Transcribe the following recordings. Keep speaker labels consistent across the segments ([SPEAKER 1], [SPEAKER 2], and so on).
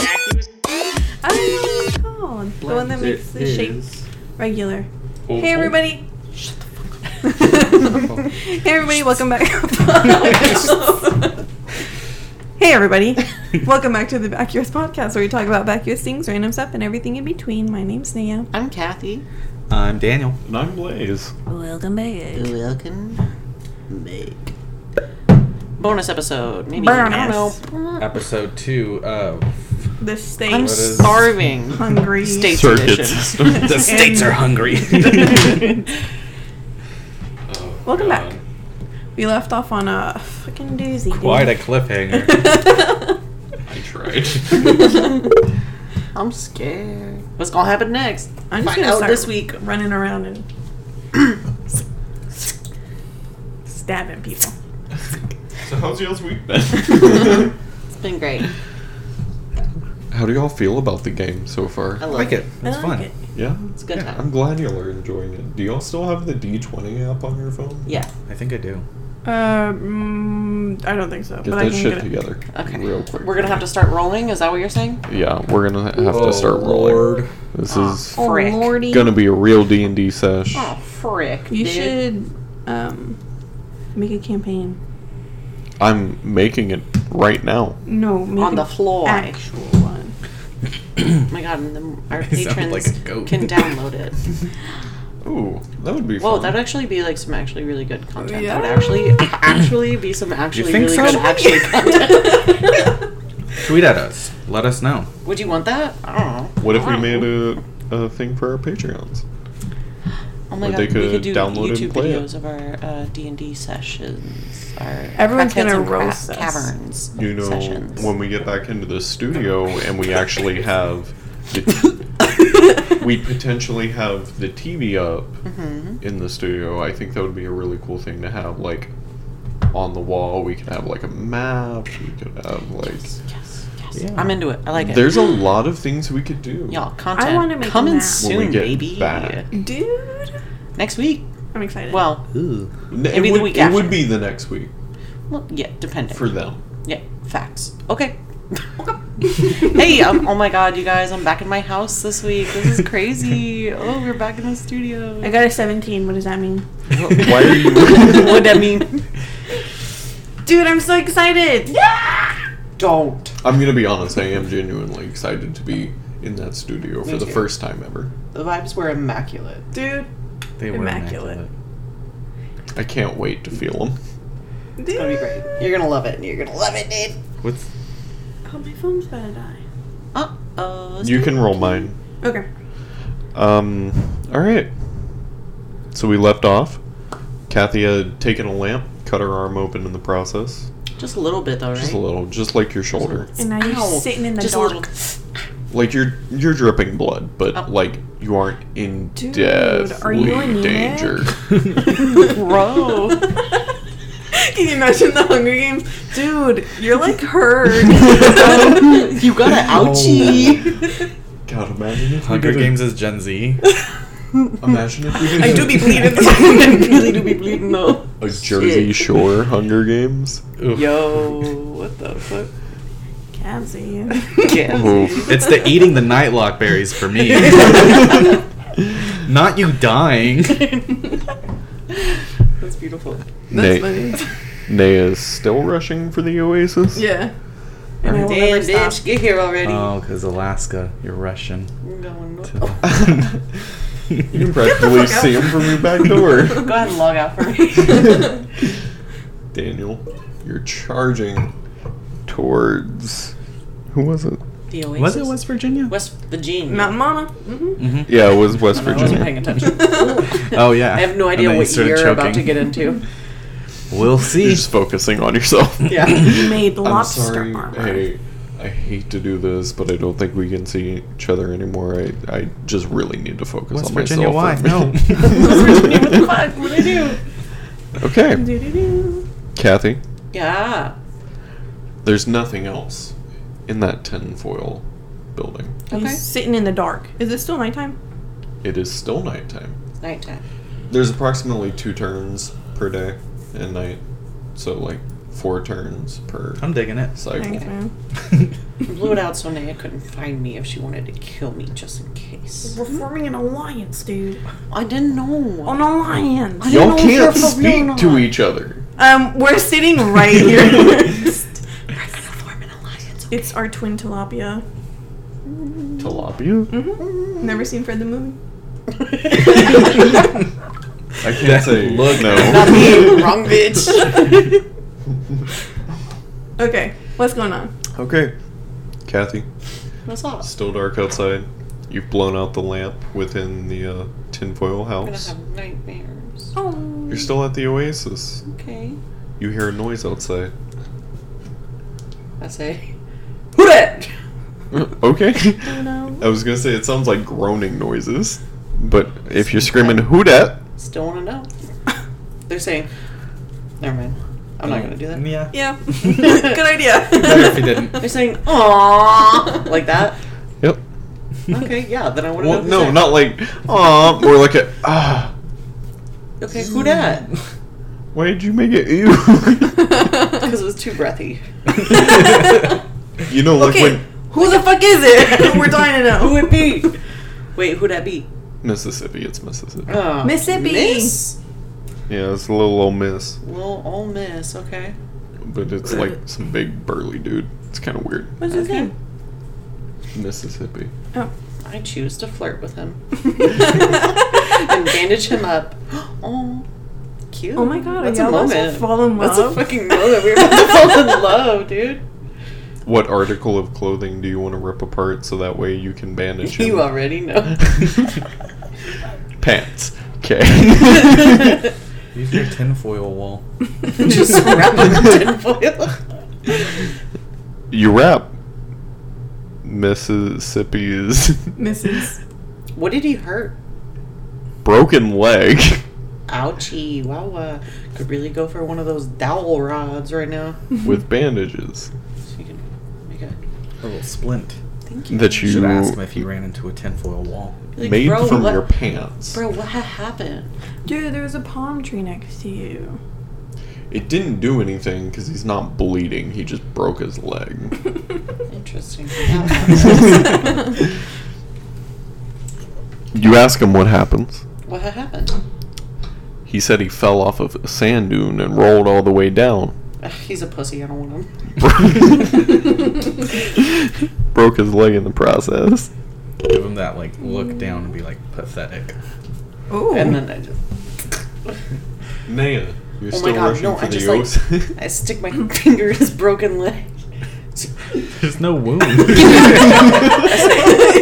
[SPEAKER 1] I don't even know what it's called. The one that makes the shape regular. Hey everybody. Shut the fuck up. hey everybody, welcome back. hey everybody, welcome back to the Vacuous Podcast, where we talk about vacuous things, random stuff, and everything in between. My name's Neo.
[SPEAKER 2] I'm Kathy.
[SPEAKER 3] I'm Daniel.
[SPEAKER 4] And I'm Blaze.
[SPEAKER 1] Welcome back.
[SPEAKER 2] Welcome back. Bonus episode. Maybe. I don't
[SPEAKER 1] Bonus.
[SPEAKER 2] know.
[SPEAKER 3] Episode two of
[SPEAKER 1] The state
[SPEAKER 2] I'm
[SPEAKER 3] is-
[SPEAKER 2] starving.
[SPEAKER 1] hungry.
[SPEAKER 2] States
[SPEAKER 4] Circuits.
[SPEAKER 2] edition.
[SPEAKER 3] The States Are Hungry.
[SPEAKER 1] Welcome back.
[SPEAKER 4] Um,
[SPEAKER 1] We left off on a fucking doozy. dude.
[SPEAKER 3] Quite a cliffhanger.
[SPEAKER 4] I tried.
[SPEAKER 2] I'm scared. What's gonna happen next?
[SPEAKER 1] I'm just
[SPEAKER 2] Find
[SPEAKER 1] gonna
[SPEAKER 2] out
[SPEAKER 1] start
[SPEAKER 2] this week.
[SPEAKER 1] running around and stabbing people.
[SPEAKER 4] so how's y'all's week been?
[SPEAKER 2] It's been great.
[SPEAKER 4] How do y'all feel about the game so far?
[SPEAKER 2] I
[SPEAKER 3] I
[SPEAKER 2] love
[SPEAKER 3] like it. It's
[SPEAKER 1] I like
[SPEAKER 3] fun.
[SPEAKER 1] it.
[SPEAKER 4] Yeah,
[SPEAKER 2] It's a good
[SPEAKER 4] yeah,
[SPEAKER 2] time.
[SPEAKER 4] I'm glad y'all are enjoying it. Do y'all still have the D20 app on your phone?
[SPEAKER 2] Yeah.
[SPEAKER 3] I think I do.
[SPEAKER 1] Uh, mm, I don't think so.
[SPEAKER 4] Get
[SPEAKER 1] but I
[SPEAKER 4] that
[SPEAKER 1] can
[SPEAKER 4] shit
[SPEAKER 1] get it.
[SPEAKER 4] together.
[SPEAKER 2] Okay.
[SPEAKER 4] Real quick.
[SPEAKER 2] We're gonna have to start rolling. Is that what you're saying?
[SPEAKER 4] Yeah, we're gonna have to start rolling. This is
[SPEAKER 2] Oh, Frick.
[SPEAKER 1] lordy.
[SPEAKER 4] gonna be a real D and D sesh.
[SPEAKER 2] Oh frick!
[SPEAKER 1] You
[SPEAKER 2] dude.
[SPEAKER 1] should um make a campaign.
[SPEAKER 4] I'm making it right now.
[SPEAKER 1] No, make
[SPEAKER 2] On
[SPEAKER 1] an
[SPEAKER 2] the floor.
[SPEAKER 1] Actual one.
[SPEAKER 2] Oh my god! and then our
[SPEAKER 3] You sound
[SPEAKER 2] patrons
[SPEAKER 3] like a goat.
[SPEAKER 2] can download it.
[SPEAKER 4] Ooh, that would be.
[SPEAKER 2] Whoa,
[SPEAKER 4] fun.
[SPEAKER 2] that'd actually be like some actually really good content. That would
[SPEAKER 1] Yeah.
[SPEAKER 2] actually actually be some actually
[SPEAKER 3] think
[SPEAKER 2] really
[SPEAKER 3] so?
[SPEAKER 2] good actually content.
[SPEAKER 3] Tweet at us. Let us know.
[SPEAKER 2] Would you want that? I don't know.
[SPEAKER 4] What if
[SPEAKER 2] I
[SPEAKER 4] we
[SPEAKER 2] don't
[SPEAKER 4] made
[SPEAKER 2] know.
[SPEAKER 4] a, a thing for our Patreons?
[SPEAKER 2] Oh my
[SPEAKER 4] or
[SPEAKER 2] god,
[SPEAKER 4] they
[SPEAKER 2] we
[SPEAKER 4] could
[SPEAKER 2] could do
[SPEAKER 4] download and
[SPEAKER 2] YouTube
[SPEAKER 4] play it?
[SPEAKER 2] videos of our uh, D and D sessions. Our
[SPEAKER 1] Everyone's
[SPEAKER 2] crackheads
[SPEAKER 1] gonna
[SPEAKER 2] and crack
[SPEAKER 1] roast us.
[SPEAKER 2] caverns.
[SPEAKER 4] You know,
[SPEAKER 2] sessions.
[SPEAKER 4] when we get back into the studio and we actually have, the, we potentially have the TV up
[SPEAKER 2] Mm-hmm.
[SPEAKER 4] in the studio. I think that would be a really cool thing to have, like on the wall. We could have like a map. We could have like.
[SPEAKER 2] yes, yes,
[SPEAKER 3] Yeah.
[SPEAKER 2] I'm into it. I like it.
[SPEAKER 4] There's a lot of things we could do.
[SPEAKER 2] y'all content
[SPEAKER 1] wanna make a
[SPEAKER 2] coming
[SPEAKER 1] map.
[SPEAKER 2] soon,
[SPEAKER 4] When we get
[SPEAKER 2] baby.
[SPEAKER 4] back.
[SPEAKER 1] Dude,
[SPEAKER 2] Next week.
[SPEAKER 1] I'm excited.
[SPEAKER 2] Well,
[SPEAKER 3] Ooh.
[SPEAKER 4] N- It
[SPEAKER 2] Maybe the
[SPEAKER 4] would,
[SPEAKER 2] week
[SPEAKER 4] it
[SPEAKER 2] after.
[SPEAKER 4] would be the next week
[SPEAKER 2] well yeah, depending.
[SPEAKER 4] for them.
[SPEAKER 2] yeah, facts. Okay. hey, um, oh my god, you guys, I'm back in my house this week. This is crazy. Oh, we're back in the studio.
[SPEAKER 1] I got a 17. What does that mean?
[SPEAKER 4] Why are you?
[SPEAKER 2] what that mean?
[SPEAKER 1] Dude, I'm so excited.
[SPEAKER 2] Don't.
[SPEAKER 4] I'm gonna be honest. I am genuinely excited to be in that studio for the
[SPEAKER 2] too.
[SPEAKER 4] first time ever.
[SPEAKER 2] The vibes were immaculate.
[SPEAKER 1] Dude,
[SPEAKER 3] They were
[SPEAKER 1] Immaculate.
[SPEAKER 3] immaculate.
[SPEAKER 4] I can't wait to feel them.
[SPEAKER 1] dude.
[SPEAKER 2] It's gonna be great. You're gonna love it. and You're gonna love it, dude.
[SPEAKER 3] What's
[SPEAKER 1] Oh, my phone's gonna die.
[SPEAKER 2] Uh oh.
[SPEAKER 4] You can roll mine.
[SPEAKER 1] Okay.
[SPEAKER 4] Um, all right. So we left off. Kathy had taken a lamp, cut her arm open in the process,
[SPEAKER 2] Just a little bit though, right?
[SPEAKER 4] just a little, just like your shoulder,
[SPEAKER 1] And now you're
[SPEAKER 2] Ow.
[SPEAKER 1] sitting in the
[SPEAKER 2] Just a
[SPEAKER 1] dark.
[SPEAKER 2] little-
[SPEAKER 4] like you're you're dripping blood, but
[SPEAKER 2] Oh.
[SPEAKER 4] like you aren't in
[SPEAKER 1] Dude, are
[SPEAKER 4] deadly
[SPEAKER 1] you anemic?
[SPEAKER 4] danger.
[SPEAKER 2] Bro.
[SPEAKER 1] Can you imagine the Hunger Games? Dude, you're like her.
[SPEAKER 2] you got an ouchie.
[SPEAKER 4] God, imagine if
[SPEAKER 3] Hunger
[SPEAKER 4] we did a-
[SPEAKER 3] Games is Gen Z?
[SPEAKER 4] Imagine if we did
[SPEAKER 1] I
[SPEAKER 4] a-
[SPEAKER 1] do be bleeding.
[SPEAKER 2] really do be bleeding though.
[SPEAKER 4] a Jersey
[SPEAKER 2] Shit.
[SPEAKER 4] Shore Hunger Games.
[SPEAKER 3] Oof.
[SPEAKER 2] Yo, what the fuck?
[SPEAKER 1] Cabsy.
[SPEAKER 2] Yeah.
[SPEAKER 3] It's the eating the night lock berries for me. Not you dying.
[SPEAKER 2] That's beautiful.
[SPEAKER 1] That's
[SPEAKER 4] Nay,
[SPEAKER 1] funny.
[SPEAKER 4] Nay is still rushing for the Oasis.
[SPEAKER 1] Yeah. And I will never stop.
[SPEAKER 2] Damn, bitch, get here already.
[SPEAKER 3] Oh, because Alaska, you're Russian.
[SPEAKER 2] I'm Oh, going Um, to-
[SPEAKER 3] To
[SPEAKER 4] You can practically
[SPEAKER 1] fuck out.
[SPEAKER 4] see him from your back door.
[SPEAKER 2] Go ahead and log out for me.
[SPEAKER 4] Daniel, you're charging towards. Who was it?
[SPEAKER 2] The Oasis.
[SPEAKER 3] was it West Virginia?
[SPEAKER 2] West Virginia?
[SPEAKER 1] Mountain Mama. Mm-hmm.
[SPEAKER 4] Yeah, it was West
[SPEAKER 2] I wasn't paying
[SPEAKER 4] Virginia.
[SPEAKER 2] attention.
[SPEAKER 3] Oh yeah.
[SPEAKER 2] I have no
[SPEAKER 3] And
[SPEAKER 2] idea
[SPEAKER 3] then you
[SPEAKER 2] what
[SPEAKER 3] started
[SPEAKER 2] year you're about to
[SPEAKER 3] choking.
[SPEAKER 2] get into.
[SPEAKER 3] We'll see.
[SPEAKER 4] You're just focusing on yourself.
[SPEAKER 2] Yeah.
[SPEAKER 1] You made
[SPEAKER 4] I'm
[SPEAKER 1] lobster
[SPEAKER 4] sorry.
[SPEAKER 1] armor.
[SPEAKER 4] I, I hate to do this, but I don't think we can see each other anymore. I, I just really need to focus
[SPEAKER 3] West
[SPEAKER 4] on
[SPEAKER 3] Virginia, why?
[SPEAKER 4] myself.
[SPEAKER 3] No.
[SPEAKER 2] Fuck, what did I do?
[SPEAKER 4] No. okay,
[SPEAKER 1] Do-do-do.
[SPEAKER 4] Kathy.
[SPEAKER 2] Yeah.
[SPEAKER 4] There's nothing else in that tinfoil building.
[SPEAKER 1] He's
[SPEAKER 2] Okay.
[SPEAKER 1] sitting in the dark. Is it still nighttime?
[SPEAKER 4] It is still nighttime.
[SPEAKER 2] It's nighttime.
[SPEAKER 4] There's approximately two turns per day and night, so like four turns per
[SPEAKER 3] I'm digging it.
[SPEAKER 1] Thanks,
[SPEAKER 4] cycle.
[SPEAKER 1] man.
[SPEAKER 2] Blew it out so Naya couldn't find me if she wanted to kill me just in case.
[SPEAKER 1] We're forming an alliance, dude.
[SPEAKER 2] I didn't
[SPEAKER 1] An
[SPEAKER 2] know.
[SPEAKER 1] alliance.
[SPEAKER 2] I didn't know
[SPEAKER 4] Y'all
[SPEAKER 2] if you're
[SPEAKER 4] can't
[SPEAKER 2] for real or
[SPEAKER 4] speak
[SPEAKER 2] not.
[SPEAKER 4] to each other.
[SPEAKER 1] Um, we're sitting right here.
[SPEAKER 2] We're gonna form an alliance.
[SPEAKER 1] it's our twin tilapia.
[SPEAKER 4] Tilapia?
[SPEAKER 1] hmm Never seen Fred the movie.
[SPEAKER 4] I can't say
[SPEAKER 3] look.
[SPEAKER 2] Not
[SPEAKER 4] no.
[SPEAKER 2] me, wrong bitch.
[SPEAKER 1] Okay, what's going on?
[SPEAKER 4] okay. Kathy,
[SPEAKER 2] What's up?
[SPEAKER 4] still dark outside. You've blown out the lamp within the uh, tinfoil
[SPEAKER 2] I'm gonna
[SPEAKER 4] house.
[SPEAKER 2] have nightmares.
[SPEAKER 1] Oh,
[SPEAKER 4] You're still at the oasis.
[SPEAKER 2] Okay.
[SPEAKER 4] You hear a noise outside.
[SPEAKER 2] I say, who that?
[SPEAKER 4] okay.
[SPEAKER 1] no.
[SPEAKER 4] I was gonna say it sounds like groaning noises, but if you're screaming "Who dat?"
[SPEAKER 2] Still wanna know. They're saying, never mind. I'm
[SPEAKER 4] Mm.
[SPEAKER 2] not gonna do that.
[SPEAKER 3] Yeah.
[SPEAKER 1] Yeah, good idea.
[SPEAKER 3] Better if you didn't.
[SPEAKER 2] They're saying, aww, like that.
[SPEAKER 4] Yep.
[SPEAKER 2] Okay, yeah, then I wanna
[SPEAKER 4] Well,
[SPEAKER 2] know.
[SPEAKER 4] no,
[SPEAKER 2] who's
[SPEAKER 4] not like "Aw," more like a "Ah."
[SPEAKER 2] that. Okay, who that?
[SPEAKER 4] Why did you make it? Ew.
[SPEAKER 2] Because it was too breathy.
[SPEAKER 4] you know, like
[SPEAKER 1] okay,
[SPEAKER 4] when
[SPEAKER 1] who the fuck is it? we're dying to
[SPEAKER 2] Who
[SPEAKER 1] know.
[SPEAKER 2] it be? Wait, who that be?
[SPEAKER 4] Mississippi, it's Mississippi.
[SPEAKER 2] Uh,
[SPEAKER 1] Mississippi.
[SPEAKER 2] Miss?
[SPEAKER 4] Yeah, it's a little old miss,
[SPEAKER 2] Little Ole Miss, okay.
[SPEAKER 4] but it's
[SPEAKER 2] Uh.
[SPEAKER 4] like some big burly dude. It's kind of weird.
[SPEAKER 1] What's his
[SPEAKER 2] Okay.
[SPEAKER 1] name?
[SPEAKER 4] Mississippi.
[SPEAKER 1] Oh.
[SPEAKER 2] I choose to flirt with him and bandage him up. Oh, cute.
[SPEAKER 1] Oh my god,
[SPEAKER 2] that's
[SPEAKER 1] are
[SPEAKER 2] a
[SPEAKER 1] y'all about to
[SPEAKER 2] moment.
[SPEAKER 1] fall in
[SPEAKER 2] That's a
[SPEAKER 1] love?
[SPEAKER 2] fucking moment. We're about to fall in love, dude.
[SPEAKER 4] What article of clothing do you want to rip apart so that way you can bandage him?
[SPEAKER 2] You already know.
[SPEAKER 4] Pants. Okay.
[SPEAKER 3] Use your tinfoil wall.
[SPEAKER 2] Just wrap up the
[SPEAKER 4] you wrap Mississippi's
[SPEAKER 1] Mrs.
[SPEAKER 2] tinfoil. What did he hurt?
[SPEAKER 4] broken leg.
[SPEAKER 2] Ouchie, wow, uh, could really go for one of those dowel rods right now.
[SPEAKER 4] With bandages
[SPEAKER 2] So you can make a
[SPEAKER 3] A little splint.
[SPEAKER 2] thank you.
[SPEAKER 4] that you,
[SPEAKER 3] Should ask him if he ran into a tinfoil wall.
[SPEAKER 2] Like,
[SPEAKER 4] made
[SPEAKER 2] bro,
[SPEAKER 4] from
[SPEAKER 2] what,
[SPEAKER 4] your pants.
[SPEAKER 2] Bro, what ha- happened?
[SPEAKER 1] Dude, there's a palm tree next to you.
[SPEAKER 4] It didn't do anything because he's not bleeding. He just broke his leg.
[SPEAKER 2] Interesting.
[SPEAKER 4] You ask him what happens.
[SPEAKER 2] what ha- happened?
[SPEAKER 4] He said he fell off of a sand dune and rolled all the way down.
[SPEAKER 2] Ugh, he's a pussy. I don't want him.
[SPEAKER 4] broke his leg in the process.
[SPEAKER 3] Give him that like look down and be like pathetic.
[SPEAKER 1] Oh,
[SPEAKER 2] And then I just,
[SPEAKER 4] Naya, you're
[SPEAKER 2] oh my god, no! I just like, I stick my finger in his broken leg.
[SPEAKER 3] There's no wound.
[SPEAKER 2] I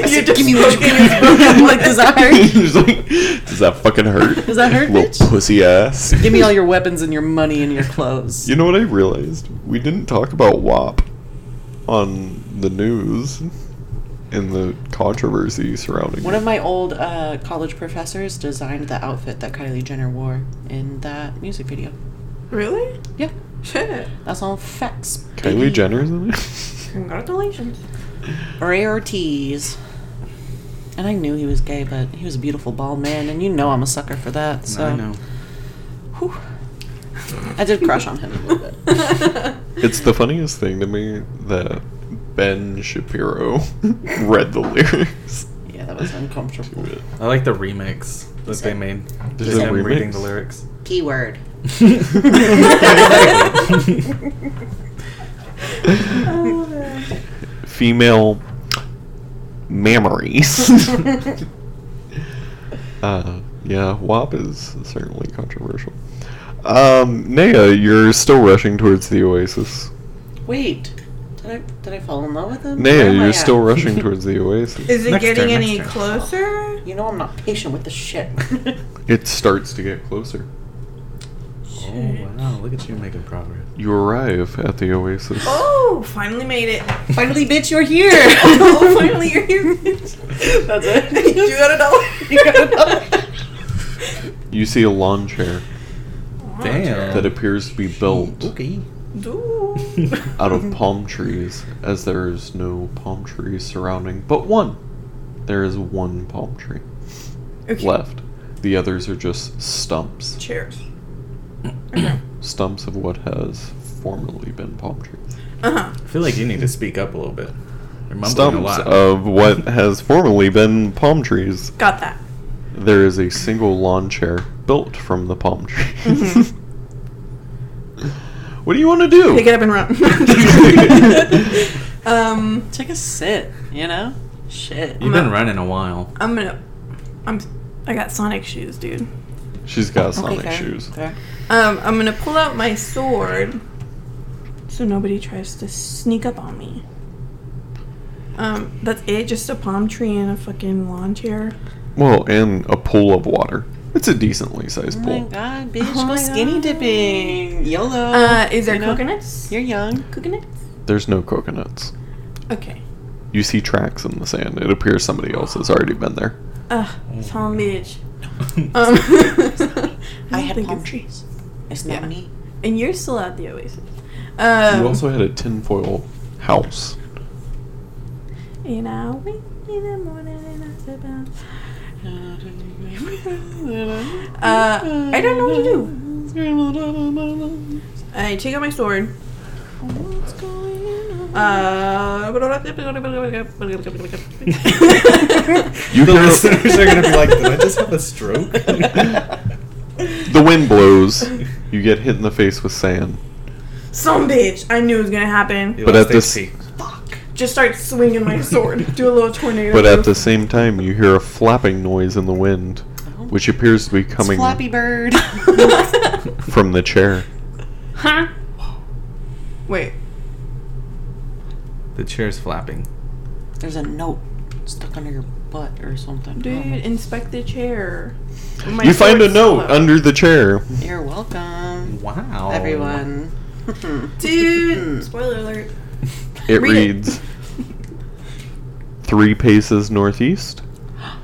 [SPEAKER 2] said, give me what you got." like, does that hurt?
[SPEAKER 4] He's like, does that fucking hurt?
[SPEAKER 2] Does that hurt,
[SPEAKER 4] Little
[SPEAKER 2] bitch?
[SPEAKER 4] pussy ass.
[SPEAKER 2] Give me all your weapons and your money and your clothes.
[SPEAKER 4] You know what I realized? We didn't talk about WAP on the news and the controversy surrounding
[SPEAKER 2] One
[SPEAKER 4] it.
[SPEAKER 2] of my old uh, college professors designed the outfit that Kylie Jenner wore in that music video.
[SPEAKER 1] really?
[SPEAKER 2] Yeah,
[SPEAKER 1] Shit.
[SPEAKER 2] that's all facts. baby.
[SPEAKER 4] Kylie Jenner's in it.
[SPEAKER 1] Congratulations.
[SPEAKER 2] Rarities. And I knew he was gay, but he was a beautiful bald man, and you know I'm a sucker for that. So
[SPEAKER 3] I know.
[SPEAKER 2] Whew. I did crush on him a little bit.
[SPEAKER 4] It's the funniest thing to me that Ben Shapiro read the lyrics.
[SPEAKER 2] Yeah, that was uncomfortable.
[SPEAKER 3] I like the remix that they made.
[SPEAKER 4] There's
[SPEAKER 3] Just
[SPEAKER 4] a
[SPEAKER 3] him reading
[SPEAKER 4] remix?
[SPEAKER 3] the lyrics.
[SPEAKER 2] Keyword.
[SPEAKER 4] Female mammaries. uh, yeah, WAP is certainly controversial. Um, Naya, you're still rushing towards the oasis.
[SPEAKER 2] Wait, did I did I fall in love with him? Where
[SPEAKER 4] Naya,
[SPEAKER 2] am I
[SPEAKER 4] you're
[SPEAKER 2] at?
[SPEAKER 4] still rushing towards the oasis.
[SPEAKER 1] Is it
[SPEAKER 3] Next
[SPEAKER 1] getting
[SPEAKER 3] turn, next
[SPEAKER 1] any
[SPEAKER 3] turn.
[SPEAKER 1] closer?
[SPEAKER 2] You know I'm not patient with this shit.
[SPEAKER 4] It starts to get closer.
[SPEAKER 3] Oh wow! Look at you making progress.
[SPEAKER 4] You arrive at the oasis.
[SPEAKER 1] Oh, finally made it.
[SPEAKER 2] Finally, bitch, you're here.
[SPEAKER 1] Oh, finally you're here. bitch.
[SPEAKER 2] That's it.
[SPEAKER 1] you got a dollar.
[SPEAKER 2] You got
[SPEAKER 4] You see a lawn chair
[SPEAKER 3] Damn.
[SPEAKER 4] that appears to be built
[SPEAKER 3] Oh, Okay.
[SPEAKER 1] Ooh.
[SPEAKER 4] out of palm trees, as there is no palm trees surrounding, but one. There is one palm tree
[SPEAKER 1] Okay.
[SPEAKER 4] left. The others are just stumps.
[SPEAKER 1] Cheers.
[SPEAKER 4] Stumps of what has formerly been palm trees.
[SPEAKER 1] Uh huh.
[SPEAKER 3] I feel like you need to speak up a little bit. You're mumbling a
[SPEAKER 4] Stumps uh,
[SPEAKER 3] lot.
[SPEAKER 4] of what has formerly been palm trees.
[SPEAKER 1] Got that.
[SPEAKER 4] There is a single lawn chair built from the palm trees. Mm-hmm. what do you want to do?
[SPEAKER 1] Pick it up and run. um,
[SPEAKER 2] Take a sit, you know? Shit.
[SPEAKER 3] You've been running a while.
[SPEAKER 1] I'm gonna. I'm. I got Sonic shoes, dude.
[SPEAKER 4] She's got
[SPEAKER 2] Okay,
[SPEAKER 4] Sonic
[SPEAKER 2] fair,
[SPEAKER 4] shoes.
[SPEAKER 2] fair.
[SPEAKER 1] Um, I'm gonna pull out my sword, so nobody tries to sneak up on me. Um, that's it. Just a palm tree and a fucking lawn chair.
[SPEAKER 4] Well, and a pool of water. It's a decently sized
[SPEAKER 2] Oh my
[SPEAKER 4] pool.
[SPEAKER 2] god, bitch,
[SPEAKER 1] Oh
[SPEAKER 2] go
[SPEAKER 1] my
[SPEAKER 2] skinny
[SPEAKER 1] God.
[SPEAKER 2] dipping. YOLO.
[SPEAKER 1] Uh, is there
[SPEAKER 2] you know?
[SPEAKER 1] coconuts?
[SPEAKER 2] You're young.
[SPEAKER 1] coconuts.
[SPEAKER 4] There's no coconuts.
[SPEAKER 1] Okay.
[SPEAKER 4] You see tracks in the sand. It appears somebody else has already been there.
[SPEAKER 1] Ugh, palm bitch. Um,
[SPEAKER 2] I
[SPEAKER 1] don't
[SPEAKER 2] had
[SPEAKER 1] think
[SPEAKER 2] palm
[SPEAKER 1] it's-
[SPEAKER 2] trees. It's not
[SPEAKER 1] Yeah.
[SPEAKER 2] me.
[SPEAKER 1] And you're still at the oasis. Um,
[SPEAKER 4] you also had a tinfoil house.
[SPEAKER 1] And I wake in the morning and I sit down. Uh, I don't know what to do.
[SPEAKER 2] do.
[SPEAKER 1] I take out my sword.
[SPEAKER 2] What's going on?
[SPEAKER 1] Uh,
[SPEAKER 4] You
[SPEAKER 3] the
[SPEAKER 4] hear-
[SPEAKER 3] listeners are gonna be like, "Did I just have a stroke?"
[SPEAKER 4] The wind blows. You get hit in the face with sand.
[SPEAKER 1] Some bitch. I knew it was gonna happen.
[SPEAKER 4] But at this-
[SPEAKER 2] Fuck.
[SPEAKER 1] Just start swinging my sword. Do a little tornado.
[SPEAKER 4] But at the same time, you hear a flapping noise in the wind, which appears to be
[SPEAKER 2] Oh. It's
[SPEAKER 4] coming
[SPEAKER 2] Flappy Bird.
[SPEAKER 4] from the chair.
[SPEAKER 1] huh? Wait.
[SPEAKER 3] the chair's flapping.
[SPEAKER 2] There's a note stuck under your butt or something. Oh,
[SPEAKER 1] Dude, inspect the chair. My
[SPEAKER 4] You find a
[SPEAKER 1] sword's
[SPEAKER 4] note
[SPEAKER 1] slow.
[SPEAKER 4] under the chair.
[SPEAKER 2] You're welcome,
[SPEAKER 3] Wow.
[SPEAKER 2] everyone.
[SPEAKER 1] Dude, spoiler alert.
[SPEAKER 4] It
[SPEAKER 1] Read it.
[SPEAKER 4] reads Three paces northeast,
[SPEAKER 2] oh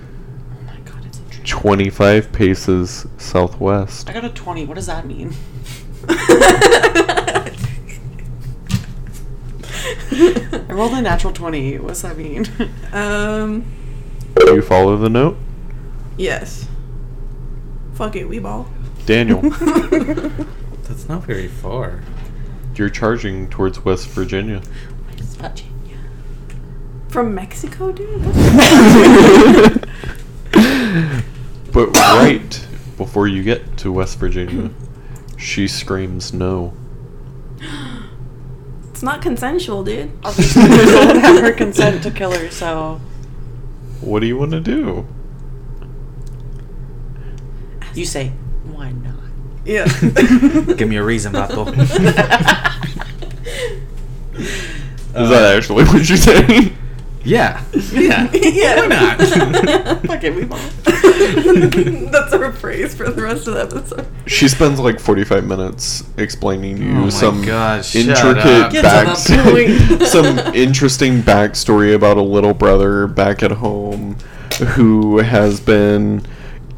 [SPEAKER 2] my god, it's a tree.
[SPEAKER 4] 25 paces southwest.
[SPEAKER 2] I got a 20. What does that mean? I rolled a natural 20. What's that mean?
[SPEAKER 1] um.
[SPEAKER 4] Do you follow the note?
[SPEAKER 1] Yes. Fuck it, we ball.
[SPEAKER 4] Daniel,
[SPEAKER 3] That's not very far.
[SPEAKER 4] you're charging towards West Virginia.
[SPEAKER 2] It's Virginia.
[SPEAKER 1] From Mexico, dude. That's-
[SPEAKER 4] But right before you get to West Virginia, she screams no.
[SPEAKER 1] It's not consensual, dude.
[SPEAKER 2] Obviously, she didn't have her consent to kill her, so
[SPEAKER 4] What do you want to do?
[SPEAKER 2] you say, why not?
[SPEAKER 1] Yeah.
[SPEAKER 3] Give me a reason, Bato.
[SPEAKER 4] Is that actually what you're saying?
[SPEAKER 3] Uh, Yeah. Yeah.
[SPEAKER 1] yeah.
[SPEAKER 3] Why not?
[SPEAKER 2] Fuck it, we both.
[SPEAKER 1] That's our phrase for the rest of the episode.
[SPEAKER 4] She spends like 45 minutes explaining to you
[SPEAKER 3] Oh my
[SPEAKER 4] some
[SPEAKER 3] God, shut
[SPEAKER 4] intricate
[SPEAKER 3] up.
[SPEAKER 2] Get to
[SPEAKER 4] back
[SPEAKER 2] the point.
[SPEAKER 4] some interesting backstory about a little brother back at home who has been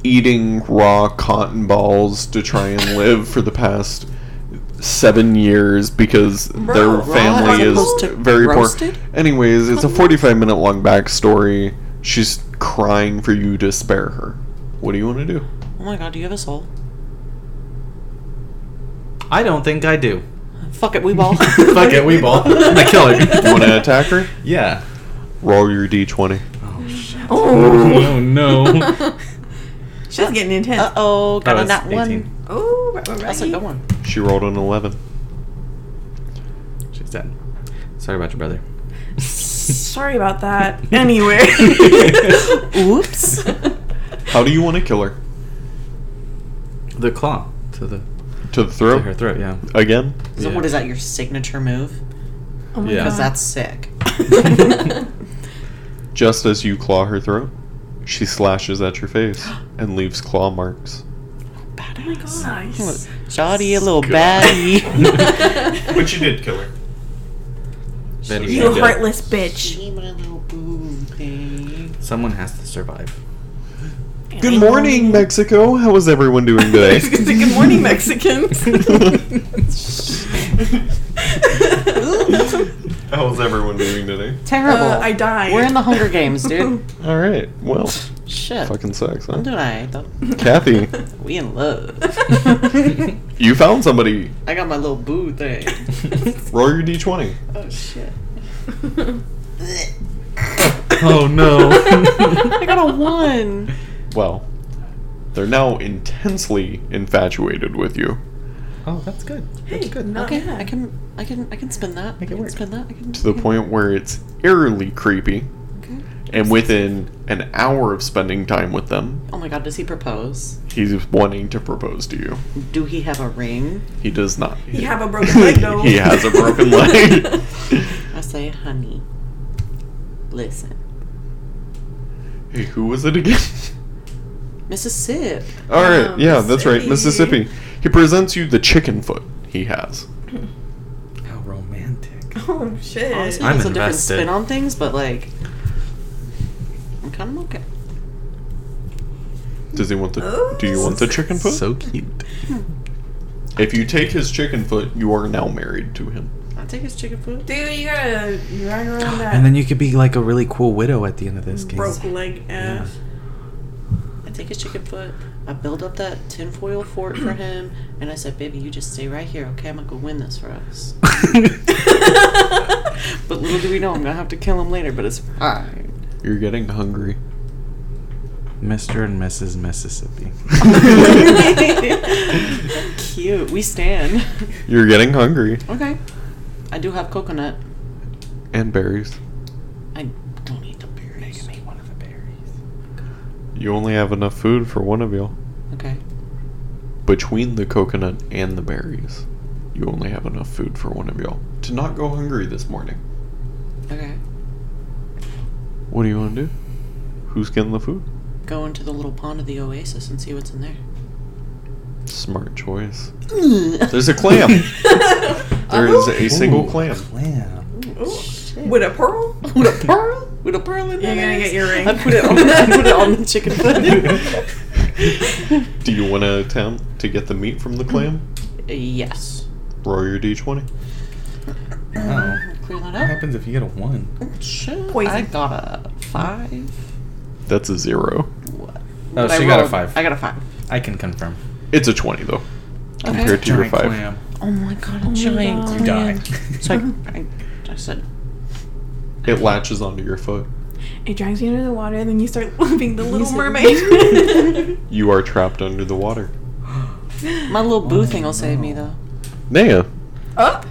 [SPEAKER 4] eating raw cotton balls to try and live for the past seven years because their
[SPEAKER 2] raw
[SPEAKER 4] family
[SPEAKER 2] as
[SPEAKER 4] is
[SPEAKER 2] opposed to
[SPEAKER 4] very
[SPEAKER 2] roasted?
[SPEAKER 4] poor. Anyways, it's a 45 minute long backstory. She's crying for you to spare her. What do you want to do?
[SPEAKER 2] Oh my god, do you have a soul?
[SPEAKER 3] I don't think I do.
[SPEAKER 2] Fuck it, we ball.
[SPEAKER 3] Fuck it, we ball. I kill
[SPEAKER 4] You
[SPEAKER 3] her.
[SPEAKER 4] want to attack her?
[SPEAKER 3] yeah.
[SPEAKER 4] Roll your d20.
[SPEAKER 3] Oh shit.
[SPEAKER 1] Oh,
[SPEAKER 3] Oh no.
[SPEAKER 1] she's getting intense.
[SPEAKER 2] Uh oh, got on that one.
[SPEAKER 3] 18.
[SPEAKER 1] Oh, right, right.
[SPEAKER 2] That's a good one.
[SPEAKER 4] She rolled an 11.
[SPEAKER 3] She's dead. Sorry about your brother.
[SPEAKER 1] Sorry about that. Anyway.
[SPEAKER 2] Oops.
[SPEAKER 4] How do you want to kill her?
[SPEAKER 3] The claw to the
[SPEAKER 4] To the
[SPEAKER 3] to
[SPEAKER 4] throat?
[SPEAKER 3] her throat. Yeah.
[SPEAKER 4] Again?
[SPEAKER 2] So
[SPEAKER 3] Yeah.
[SPEAKER 2] what is that? Your signature move?
[SPEAKER 1] oh my
[SPEAKER 3] Yeah.
[SPEAKER 2] Because
[SPEAKER 1] God.
[SPEAKER 2] that's sick.
[SPEAKER 1] Oh
[SPEAKER 4] Just as you claw her throat, she slashes at your face and leaves claw marks.
[SPEAKER 1] oh my god.
[SPEAKER 2] Nice. Shoddy, a little baddie.
[SPEAKER 4] But you did kill her.
[SPEAKER 3] Then he
[SPEAKER 1] You
[SPEAKER 3] did it.
[SPEAKER 1] heartless bitch.
[SPEAKER 2] She my little boo thing.
[SPEAKER 3] Someone has to survive.
[SPEAKER 4] Good morning, Mexico. How is everyone doing
[SPEAKER 1] I was
[SPEAKER 4] today?
[SPEAKER 1] gonna say, good morning, Mexicans.
[SPEAKER 4] How's everyone doing today?
[SPEAKER 2] Terrible.
[SPEAKER 1] Uh, I died.
[SPEAKER 2] We're in the Hunger Games, dude.
[SPEAKER 4] All right. Well,
[SPEAKER 2] Shit.
[SPEAKER 4] fucking sucks,
[SPEAKER 2] I'm
[SPEAKER 4] huh?
[SPEAKER 2] doing alright though.
[SPEAKER 4] Kathy,
[SPEAKER 2] We in love.
[SPEAKER 4] you found somebody.
[SPEAKER 2] I got my little boo thing.
[SPEAKER 4] Roll your d20.
[SPEAKER 2] Oh shit.
[SPEAKER 3] Oh no.
[SPEAKER 2] I got a one.
[SPEAKER 4] Well, they're now intensely infatuated with you.
[SPEAKER 3] oh, that's good. That's
[SPEAKER 1] Hey,
[SPEAKER 3] good.
[SPEAKER 1] not
[SPEAKER 2] Okay,
[SPEAKER 1] bad.
[SPEAKER 2] I can, I can, I can spin that.
[SPEAKER 3] Make it
[SPEAKER 2] I can
[SPEAKER 3] work.
[SPEAKER 2] Spin that. I can.
[SPEAKER 4] To the point where it's eerily creepy,
[SPEAKER 2] Okay.
[SPEAKER 4] and within an hour of spending time with them,
[SPEAKER 2] Oh my god, does he propose?
[SPEAKER 4] he's wanting to propose to you.
[SPEAKER 2] Do he have a ring?
[SPEAKER 4] He does not.
[SPEAKER 1] You have a broken leg, though.
[SPEAKER 4] he has a broken leg.
[SPEAKER 2] I say, honey, listen,
[SPEAKER 4] hey, who was it again?
[SPEAKER 2] Mississippi.
[SPEAKER 4] All right, yeah, that's right,
[SPEAKER 1] Um, Mississippi.
[SPEAKER 4] Mississippi. He presents you the chicken foot he has.
[SPEAKER 3] How romantic.
[SPEAKER 1] oh shit.
[SPEAKER 2] Honestly,
[SPEAKER 3] I'm
[SPEAKER 2] it's a different
[SPEAKER 3] invested.
[SPEAKER 2] spin on things, but like, I'm kind of okay.
[SPEAKER 4] Does he want the? Do you
[SPEAKER 1] Oh.
[SPEAKER 4] want the chicken foot?
[SPEAKER 3] So cute.
[SPEAKER 4] if you take his chicken foot, you are now married to him.
[SPEAKER 2] I take his chicken food.
[SPEAKER 1] Dude, you gotta drag around that
[SPEAKER 3] And then you could be like a really cool widow at the end of this game.
[SPEAKER 1] broke leg ass.
[SPEAKER 2] I take his chicken foot. I build up that tinfoil fort for him, and I said, baby, you just stay right here, okay? I'm gonna go win this for us. But little do we know, I'm gonna have to kill him later. But it's fine.
[SPEAKER 4] You're getting hungry.
[SPEAKER 3] Mr. and Mrs. Mississippi.
[SPEAKER 2] Cute. We stand.
[SPEAKER 4] You're getting hungry
[SPEAKER 2] Okay. I do have coconut.
[SPEAKER 4] and berries.
[SPEAKER 2] I don't eat the berries.
[SPEAKER 3] one of the berries.
[SPEAKER 4] You only have enough food for one of y'all.
[SPEAKER 2] Okay.
[SPEAKER 4] Between the coconut and the berries, you only have enough food for one of y'all to not go hungry this morning.
[SPEAKER 2] Okay.
[SPEAKER 4] What do you want to do? Who's getting the food?
[SPEAKER 2] Go into the little pond of the oasis and see what's in there.
[SPEAKER 4] Smart choice. There's a clam. there is a single clam.
[SPEAKER 3] Clam.
[SPEAKER 1] With a pearl?
[SPEAKER 2] With a pearl? With a pearl in
[SPEAKER 1] You're
[SPEAKER 2] there.
[SPEAKER 1] gonna get your ring.
[SPEAKER 2] I put it on. I put it on the chicken foot.
[SPEAKER 4] Do you want to attempt to get the meat from the clam?
[SPEAKER 2] yes.
[SPEAKER 4] Roll your
[SPEAKER 3] Oh.
[SPEAKER 4] d20.
[SPEAKER 2] Clear that
[SPEAKER 3] What
[SPEAKER 2] up.
[SPEAKER 3] happens if you get a one?
[SPEAKER 2] Shit. I
[SPEAKER 1] Poison.
[SPEAKER 2] got a five.
[SPEAKER 4] That's a zero.
[SPEAKER 2] What?
[SPEAKER 3] Oh,
[SPEAKER 2] But
[SPEAKER 3] she
[SPEAKER 2] I
[SPEAKER 3] got a
[SPEAKER 2] rolled-
[SPEAKER 3] five.
[SPEAKER 2] I got a five.
[SPEAKER 3] I can confirm.
[SPEAKER 4] It's a 20, though,
[SPEAKER 2] Okay.
[SPEAKER 4] compared to your
[SPEAKER 3] Giant
[SPEAKER 4] 5.
[SPEAKER 3] clam.
[SPEAKER 2] Oh my god, a
[SPEAKER 1] my
[SPEAKER 2] giant
[SPEAKER 1] God.
[SPEAKER 3] You die.
[SPEAKER 2] clam. So I, I, I said,
[SPEAKER 4] It latches onto your foot.
[SPEAKER 1] It drags you into the water, and then you start loving the Little
[SPEAKER 2] said-
[SPEAKER 1] Mermaid.
[SPEAKER 4] You are trapped under the water.
[SPEAKER 2] my little boo thing will save me though.
[SPEAKER 4] Naya.
[SPEAKER 1] oh,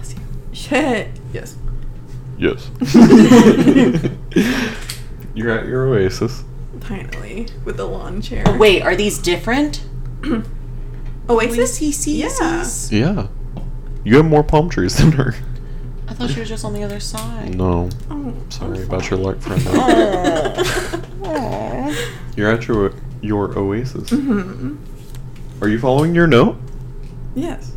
[SPEAKER 1] shit. Yes.
[SPEAKER 4] Yes. You're at your oasis.
[SPEAKER 1] Finally, with the lawn chair.
[SPEAKER 2] Oh,
[SPEAKER 1] Oh,
[SPEAKER 2] Wait, are these different?
[SPEAKER 1] Oasis?
[SPEAKER 2] Yeah.
[SPEAKER 4] Yeah. You have more palm trees than her.
[SPEAKER 2] I thought she was just on the other side.
[SPEAKER 4] No.
[SPEAKER 1] Oh, I'm
[SPEAKER 4] Sorry about your luck, friend.
[SPEAKER 2] Oh. Aw.
[SPEAKER 4] You're at your, your oasis. Are you following your note?
[SPEAKER 1] Mm-hmm. Yes.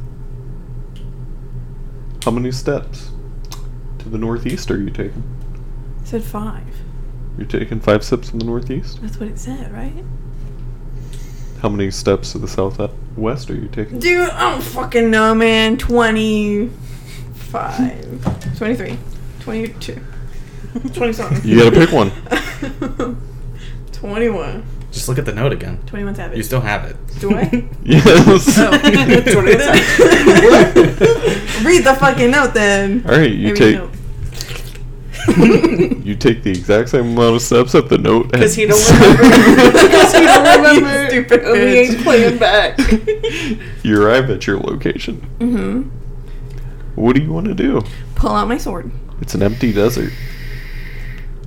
[SPEAKER 4] How many steps to the northeast are you taking?
[SPEAKER 1] It said five.
[SPEAKER 4] You're taking five steps to the northeast.
[SPEAKER 1] That's what it said, right?
[SPEAKER 4] How many steps to the southwest are you taking?
[SPEAKER 1] Dude, I don't fucking know, man. 25. 23. 22. 20 something.
[SPEAKER 4] You gotta pick one.
[SPEAKER 1] 21.
[SPEAKER 3] Just look at the note again.
[SPEAKER 1] 21 Savage.
[SPEAKER 3] You still have it.
[SPEAKER 1] Do I?
[SPEAKER 4] Yes.
[SPEAKER 1] Oh. That's what it is. Read the fucking note then.
[SPEAKER 4] All right, you
[SPEAKER 1] Every
[SPEAKER 4] take
[SPEAKER 1] note.
[SPEAKER 4] you take the exact same amount of steps up the note.
[SPEAKER 2] Because he don't
[SPEAKER 4] and-
[SPEAKER 2] remember. Because he don't
[SPEAKER 1] You
[SPEAKER 2] remember.
[SPEAKER 1] stupid
[SPEAKER 2] and we ain't
[SPEAKER 1] bitch.
[SPEAKER 2] playing back.
[SPEAKER 4] you arrive at your location.
[SPEAKER 1] Mhm.
[SPEAKER 4] What do you want to do?
[SPEAKER 1] Pull out my sword.
[SPEAKER 4] It's an empty desert.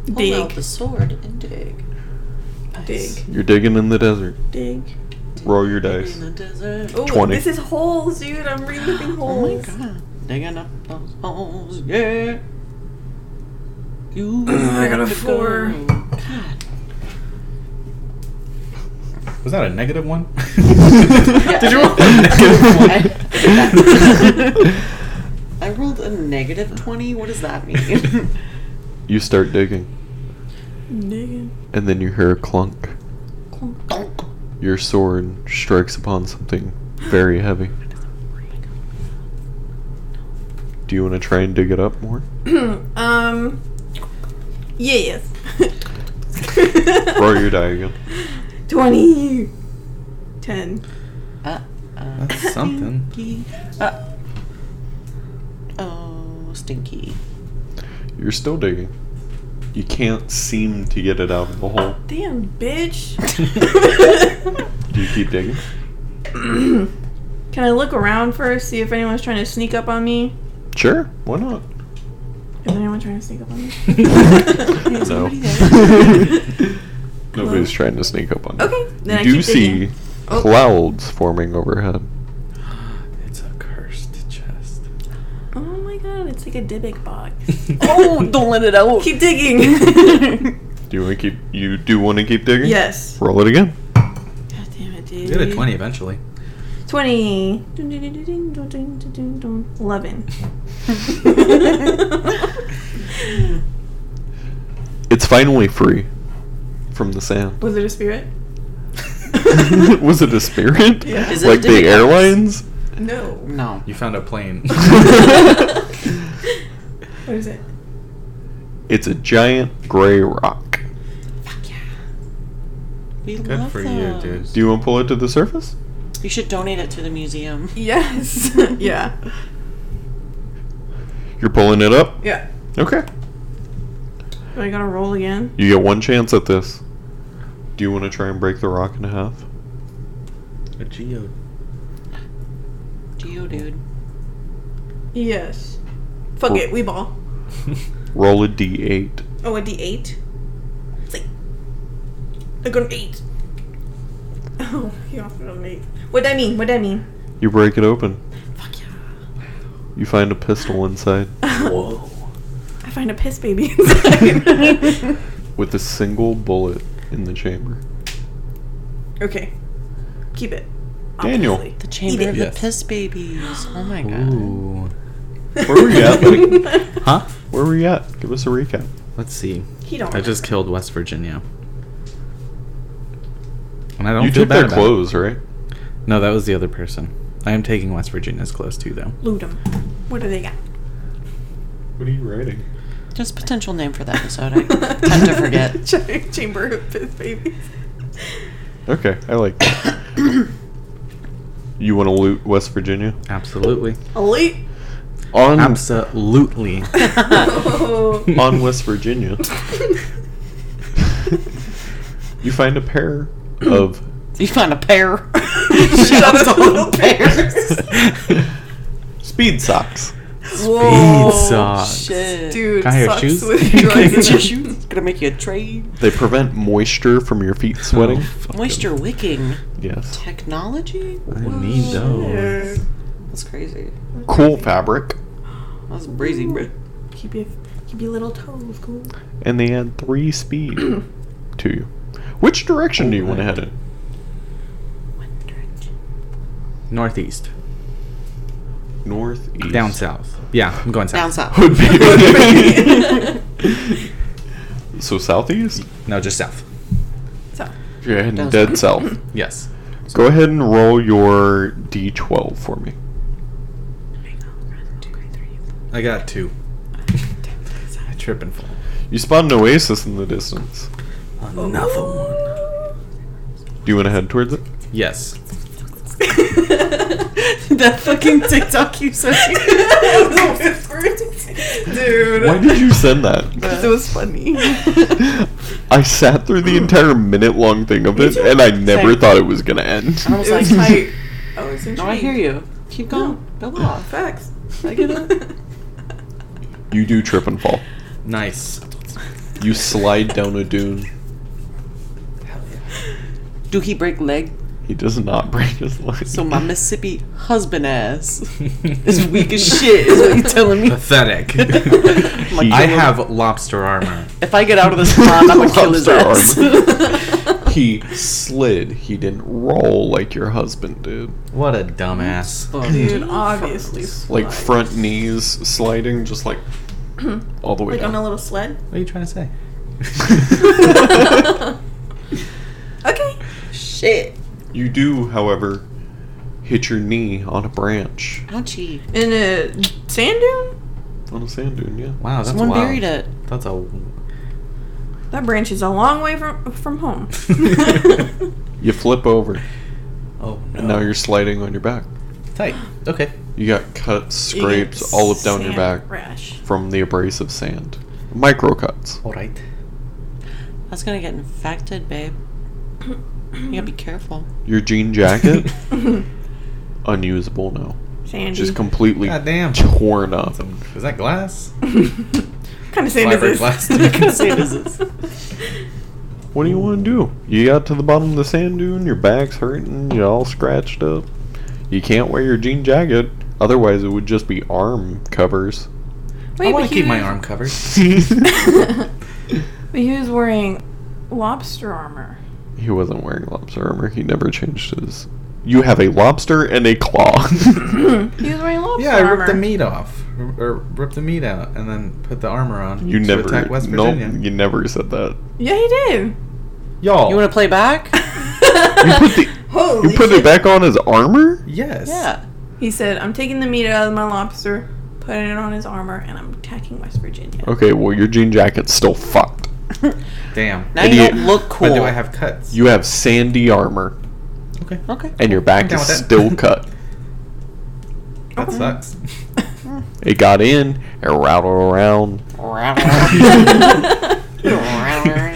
[SPEAKER 1] Dig.
[SPEAKER 2] Pull out the sword and dig.
[SPEAKER 1] Dig.
[SPEAKER 4] You're digging in the desert.
[SPEAKER 1] Dig.
[SPEAKER 4] Roll your dice.
[SPEAKER 2] In the desert.
[SPEAKER 1] Ooh,
[SPEAKER 4] 20.
[SPEAKER 1] this is holes, dude. I'm reliving
[SPEAKER 2] Oh my
[SPEAKER 1] holes.
[SPEAKER 2] god. Digging up those holes, yeah. You
[SPEAKER 1] I got a
[SPEAKER 2] have to
[SPEAKER 1] four.
[SPEAKER 2] go. God.
[SPEAKER 3] Was that a negative one?
[SPEAKER 2] Did you roll a negative one? I rolled a negative 20. What does that mean?
[SPEAKER 4] You start digging,
[SPEAKER 1] Digging.
[SPEAKER 4] and then you hear a clunk.
[SPEAKER 1] Clunk.
[SPEAKER 2] Uh,
[SPEAKER 4] Your sword strikes upon something very heavy. Do you want to try and dig it up more?
[SPEAKER 1] Um. Yes.
[SPEAKER 4] Roll your die again.
[SPEAKER 1] 20. 10.
[SPEAKER 2] Uh, uh,
[SPEAKER 3] That's something.
[SPEAKER 2] stinky. Uh, oh, stinky.
[SPEAKER 4] You're still digging. You can't seem to get it out of the hole.
[SPEAKER 1] Damn, bitch.
[SPEAKER 4] Do you keep digging?
[SPEAKER 1] Can I look around first, see if anyone's trying to sneak up on me?
[SPEAKER 4] Sure. Why not?
[SPEAKER 1] Is anyone trying to sneak up on me?
[SPEAKER 4] No.
[SPEAKER 2] somebody there?
[SPEAKER 4] Nobody's trying to sneak up on you.
[SPEAKER 1] Okay, then I
[SPEAKER 4] you do
[SPEAKER 1] keep
[SPEAKER 4] see
[SPEAKER 1] digging. Oh.
[SPEAKER 4] clouds forming overhead.
[SPEAKER 3] It's a cursed chest.
[SPEAKER 1] Oh my god, it's like a Dybbuk box.
[SPEAKER 2] oh, don't let it out.
[SPEAKER 1] keep digging.
[SPEAKER 4] Do you want to keep? You do want to keep digging?
[SPEAKER 1] yes.
[SPEAKER 4] Roll it again.
[SPEAKER 1] God damn it, dude.
[SPEAKER 3] You get a 20 eventually.
[SPEAKER 1] 20. Dun, dun, dun, dun, dun, dun, dun, dun, dun. 11.
[SPEAKER 4] It's finally free from the sand.
[SPEAKER 1] Was it a spirit?
[SPEAKER 4] Was it a spirit?
[SPEAKER 1] Yeah.
[SPEAKER 2] Is it
[SPEAKER 4] Like the
[SPEAKER 2] different?
[SPEAKER 4] airlines?
[SPEAKER 1] No.
[SPEAKER 2] no.
[SPEAKER 3] You found a plane.
[SPEAKER 1] What is it?
[SPEAKER 4] It's a giant gray rock.
[SPEAKER 2] We
[SPEAKER 3] Good
[SPEAKER 2] love
[SPEAKER 3] for you,
[SPEAKER 2] those.
[SPEAKER 3] dude.
[SPEAKER 4] Do you want to pull it to the surface?
[SPEAKER 2] You should donate it to the museum.
[SPEAKER 1] Yes. yeah.
[SPEAKER 4] You're pulling it up.
[SPEAKER 1] Yeah.
[SPEAKER 4] Okay.
[SPEAKER 1] Do I gotta roll again?
[SPEAKER 4] You get one chance at this. Do you want to try and break the rock in half?
[SPEAKER 3] a geode.
[SPEAKER 2] Do you, dude?
[SPEAKER 1] Yes. Fuck it, we ball.
[SPEAKER 4] Roll a d8.
[SPEAKER 1] Oh, a d8? It's like. I got an 8. Oh, you offered an 8. What'd I mean? What'd I mean?
[SPEAKER 4] You break it open.
[SPEAKER 1] Fuck yeah.
[SPEAKER 4] You find a pistol inside
[SPEAKER 3] Whoa.
[SPEAKER 1] I find a piss baby inside.
[SPEAKER 4] with a single bullet in the chamber.
[SPEAKER 1] okay. Keep it.
[SPEAKER 4] Daniel.
[SPEAKER 1] obviously.
[SPEAKER 2] The
[SPEAKER 1] Eat
[SPEAKER 2] chamber
[SPEAKER 1] it.
[SPEAKER 2] of
[SPEAKER 3] Yes.
[SPEAKER 2] the piss babies. Oh my god.
[SPEAKER 3] Ooh.
[SPEAKER 4] Where were you at? Like,
[SPEAKER 3] Huh?
[SPEAKER 4] where were you at? Give us a recap.
[SPEAKER 3] Let's see.
[SPEAKER 1] He don't.
[SPEAKER 3] I just killed West Virginia. And I don't
[SPEAKER 4] you
[SPEAKER 3] feel
[SPEAKER 4] took
[SPEAKER 3] bad
[SPEAKER 4] their
[SPEAKER 3] about it.
[SPEAKER 4] clothes, right?
[SPEAKER 3] No, that was the other person. I am taking West Virginia's clothes too, though.
[SPEAKER 1] loot him. What do they got?
[SPEAKER 4] What are you writing?
[SPEAKER 2] Just potential name for the episode. I tend to forget.
[SPEAKER 1] Ch- Chamber of piss babies.
[SPEAKER 4] Okay, I like that. you want to loot West Virginia?
[SPEAKER 3] Absolutely.
[SPEAKER 1] Elite.
[SPEAKER 4] On
[SPEAKER 2] Oh.
[SPEAKER 3] Absolutely.
[SPEAKER 1] Oh.
[SPEAKER 4] on West Virginia, you find a pair of
[SPEAKER 2] You found a pear.
[SPEAKER 1] Shut
[SPEAKER 2] Shut
[SPEAKER 1] up,
[SPEAKER 2] up,
[SPEAKER 1] little
[SPEAKER 2] little pears.
[SPEAKER 4] speed socks.
[SPEAKER 1] Whoa.
[SPEAKER 3] socks.
[SPEAKER 2] Oh, Shit.
[SPEAKER 1] Dude,
[SPEAKER 3] Can I have
[SPEAKER 1] socks
[SPEAKER 3] shoes?
[SPEAKER 1] with
[SPEAKER 3] Can I
[SPEAKER 1] drugs.
[SPEAKER 3] get
[SPEAKER 1] in
[SPEAKER 2] It's your
[SPEAKER 1] them.
[SPEAKER 2] shoes. It's gonna make you a trade.
[SPEAKER 4] They prevent moisture from your feet sweating.
[SPEAKER 3] Oh, fuck 'em.
[SPEAKER 2] Moisture wicking
[SPEAKER 4] Yes.
[SPEAKER 2] technology.
[SPEAKER 3] I need those.
[SPEAKER 2] That's crazy.
[SPEAKER 4] Cool fabric.
[SPEAKER 2] That's breezy, bro.
[SPEAKER 1] Keep your keep your little toes cool.
[SPEAKER 4] And they add three speed to you. Which direction do you want to head in?
[SPEAKER 3] Northeast.
[SPEAKER 4] Northeast.
[SPEAKER 3] Down south. Yeah, I'm going
[SPEAKER 2] Down
[SPEAKER 3] south.
[SPEAKER 2] south.
[SPEAKER 4] Would be. so southeast?
[SPEAKER 3] No, just south.
[SPEAKER 1] So,
[SPEAKER 4] You're heading
[SPEAKER 2] Down
[SPEAKER 4] dead south.
[SPEAKER 3] Yes.
[SPEAKER 4] Go ahead and roll your d12 for me.
[SPEAKER 3] I got two. I trip and fall.
[SPEAKER 4] You spot an oasis in the distance.
[SPEAKER 3] Another
[SPEAKER 1] Oh.
[SPEAKER 3] one.
[SPEAKER 4] Do you want to head towards it?
[SPEAKER 3] Yes.
[SPEAKER 2] that fucking TikTok you sent me.
[SPEAKER 1] dude,
[SPEAKER 4] Why did you send that?
[SPEAKER 1] it was funny.
[SPEAKER 4] I sat through the entire minute long thing of it and I never
[SPEAKER 2] Same.
[SPEAKER 4] thought it was going to end.
[SPEAKER 2] I was
[SPEAKER 1] It was
[SPEAKER 2] like,
[SPEAKER 1] tight. I was intrigued.
[SPEAKER 2] no, I hear you. Keep going. Go off.
[SPEAKER 1] Facts.
[SPEAKER 2] I get it.
[SPEAKER 4] You do trip and fall.
[SPEAKER 3] Nice.
[SPEAKER 4] You slide down a dune.
[SPEAKER 2] Do he break leg?
[SPEAKER 4] He does not break his leg.
[SPEAKER 2] So my Mississippi husband ass is weak as shit. Is what you telling me?
[SPEAKER 3] Pathetic.
[SPEAKER 2] I'm like,
[SPEAKER 3] I have lobster armor.
[SPEAKER 2] If I get out of this pond, I'm gonna kill his ass.
[SPEAKER 4] Lobster he slid. He didn't roll like your husband did.
[SPEAKER 3] What a dumbass.
[SPEAKER 1] Dude, obviously.
[SPEAKER 4] Like front knees sliding, just like all the way
[SPEAKER 1] Like on a
[SPEAKER 4] down.
[SPEAKER 1] little sled.
[SPEAKER 3] What are you trying to say?
[SPEAKER 1] Okay.
[SPEAKER 2] Shit.
[SPEAKER 4] You do, however, hit your knee on a branch.
[SPEAKER 2] Ouchie.
[SPEAKER 1] In a sand dune?
[SPEAKER 4] on a sand dune. Yeah.
[SPEAKER 3] Wow, that's
[SPEAKER 2] Someone
[SPEAKER 3] wild.
[SPEAKER 2] buried it.
[SPEAKER 3] That's a.
[SPEAKER 1] That branch is a long way from from home.
[SPEAKER 4] You flip over,
[SPEAKER 3] Oh no.
[SPEAKER 4] and now you're sliding on your back.
[SPEAKER 3] tight. Okay.
[SPEAKER 4] You got cuts, scrapes all up down your
[SPEAKER 1] Sand
[SPEAKER 4] back
[SPEAKER 1] Rash.
[SPEAKER 4] from the abrasive sand. Micro cuts.
[SPEAKER 3] All right.
[SPEAKER 2] That's gonna get infected, babe. You gotta be careful.
[SPEAKER 4] Your jean jacket, unusable now.
[SPEAKER 1] Sandy.
[SPEAKER 4] Just completely
[SPEAKER 3] God damn.
[SPEAKER 4] torn up.
[SPEAKER 3] Is that glass?
[SPEAKER 1] kind of sand is this?
[SPEAKER 3] Fiberglass.
[SPEAKER 2] What sand is this?
[SPEAKER 4] What do you want to do? You got to the bottom of the sand dune, your back's hurting, you're all scratched up. You can't wear your jean jacket, otherwise, it would just be arm covers.
[SPEAKER 1] Wait,
[SPEAKER 3] I want
[SPEAKER 1] but
[SPEAKER 3] to
[SPEAKER 1] he
[SPEAKER 3] keep my
[SPEAKER 1] was-
[SPEAKER 3] arm covered.
[SPEAKER 4] he
[SPEAKER 1] But he was wearing lobster armor.
[SPEAKER 4] wasn't wearing lobster armor, he never changed his. You have a lobster and a claw.
[SPEAKER 1] He was wearing lobster
[SPEAKER 3] Yeah, I
[SPEAKER 1] armor.
[SPEAKER 3] ripped the meat off, or- or ripped the meat out, and then put the armor on
[SPEAKER 4] you
[SPEAKER 3] to
[SPEAKER 4] never.
[SPEAKER 3] attack West
[SPEAKER 4] No,
[SPEAKER 3] Virginia.
[SPEAKER 4] you never said that.
[SPEAKER 1] Yeah, he did.
[SPEAKER 3] Y'all,
[SPEAKER 2] You wanna play back?
[SPEAKER 4] You put, the,
[SPEAKER 1] Holy
[SPEAKER 4] you put it
[SPEAKER 1] shit.
[SPEAKER 4] back on as armor?
[SPEAKER 3] yes,
[SPEAKER 2] Yeah.
[SPEAKER 1] He said, I'm taking the meat out of my lobster, putting it on his armor, and I'm attacking West Virginia.
[SPEAKER 4] Okay, well, your jean jacket's still fucked.
[SPEAKER 3] Damn.
[SPEAKER 2] Now you
[SPEAKER 4] Idiot.
[SPEAKER 2] don't look cool.
[SPEAKER 3] But do I have cuts?
[SPEAKER 4] You have sandy armor,
[SPEAKER 3] okay,
[SPEAKER 2] Okay.
[SPEAKER 4] and your back
[SPEAKER 3] down
[SPEAKER 4] is
[SPEAKER 3] with that.
[SPEAKER 4] still cut.
[SPEAKER 3] that sucks.
[SPEAKER 4] It got in and rattled around.
[SPEAKER 2] he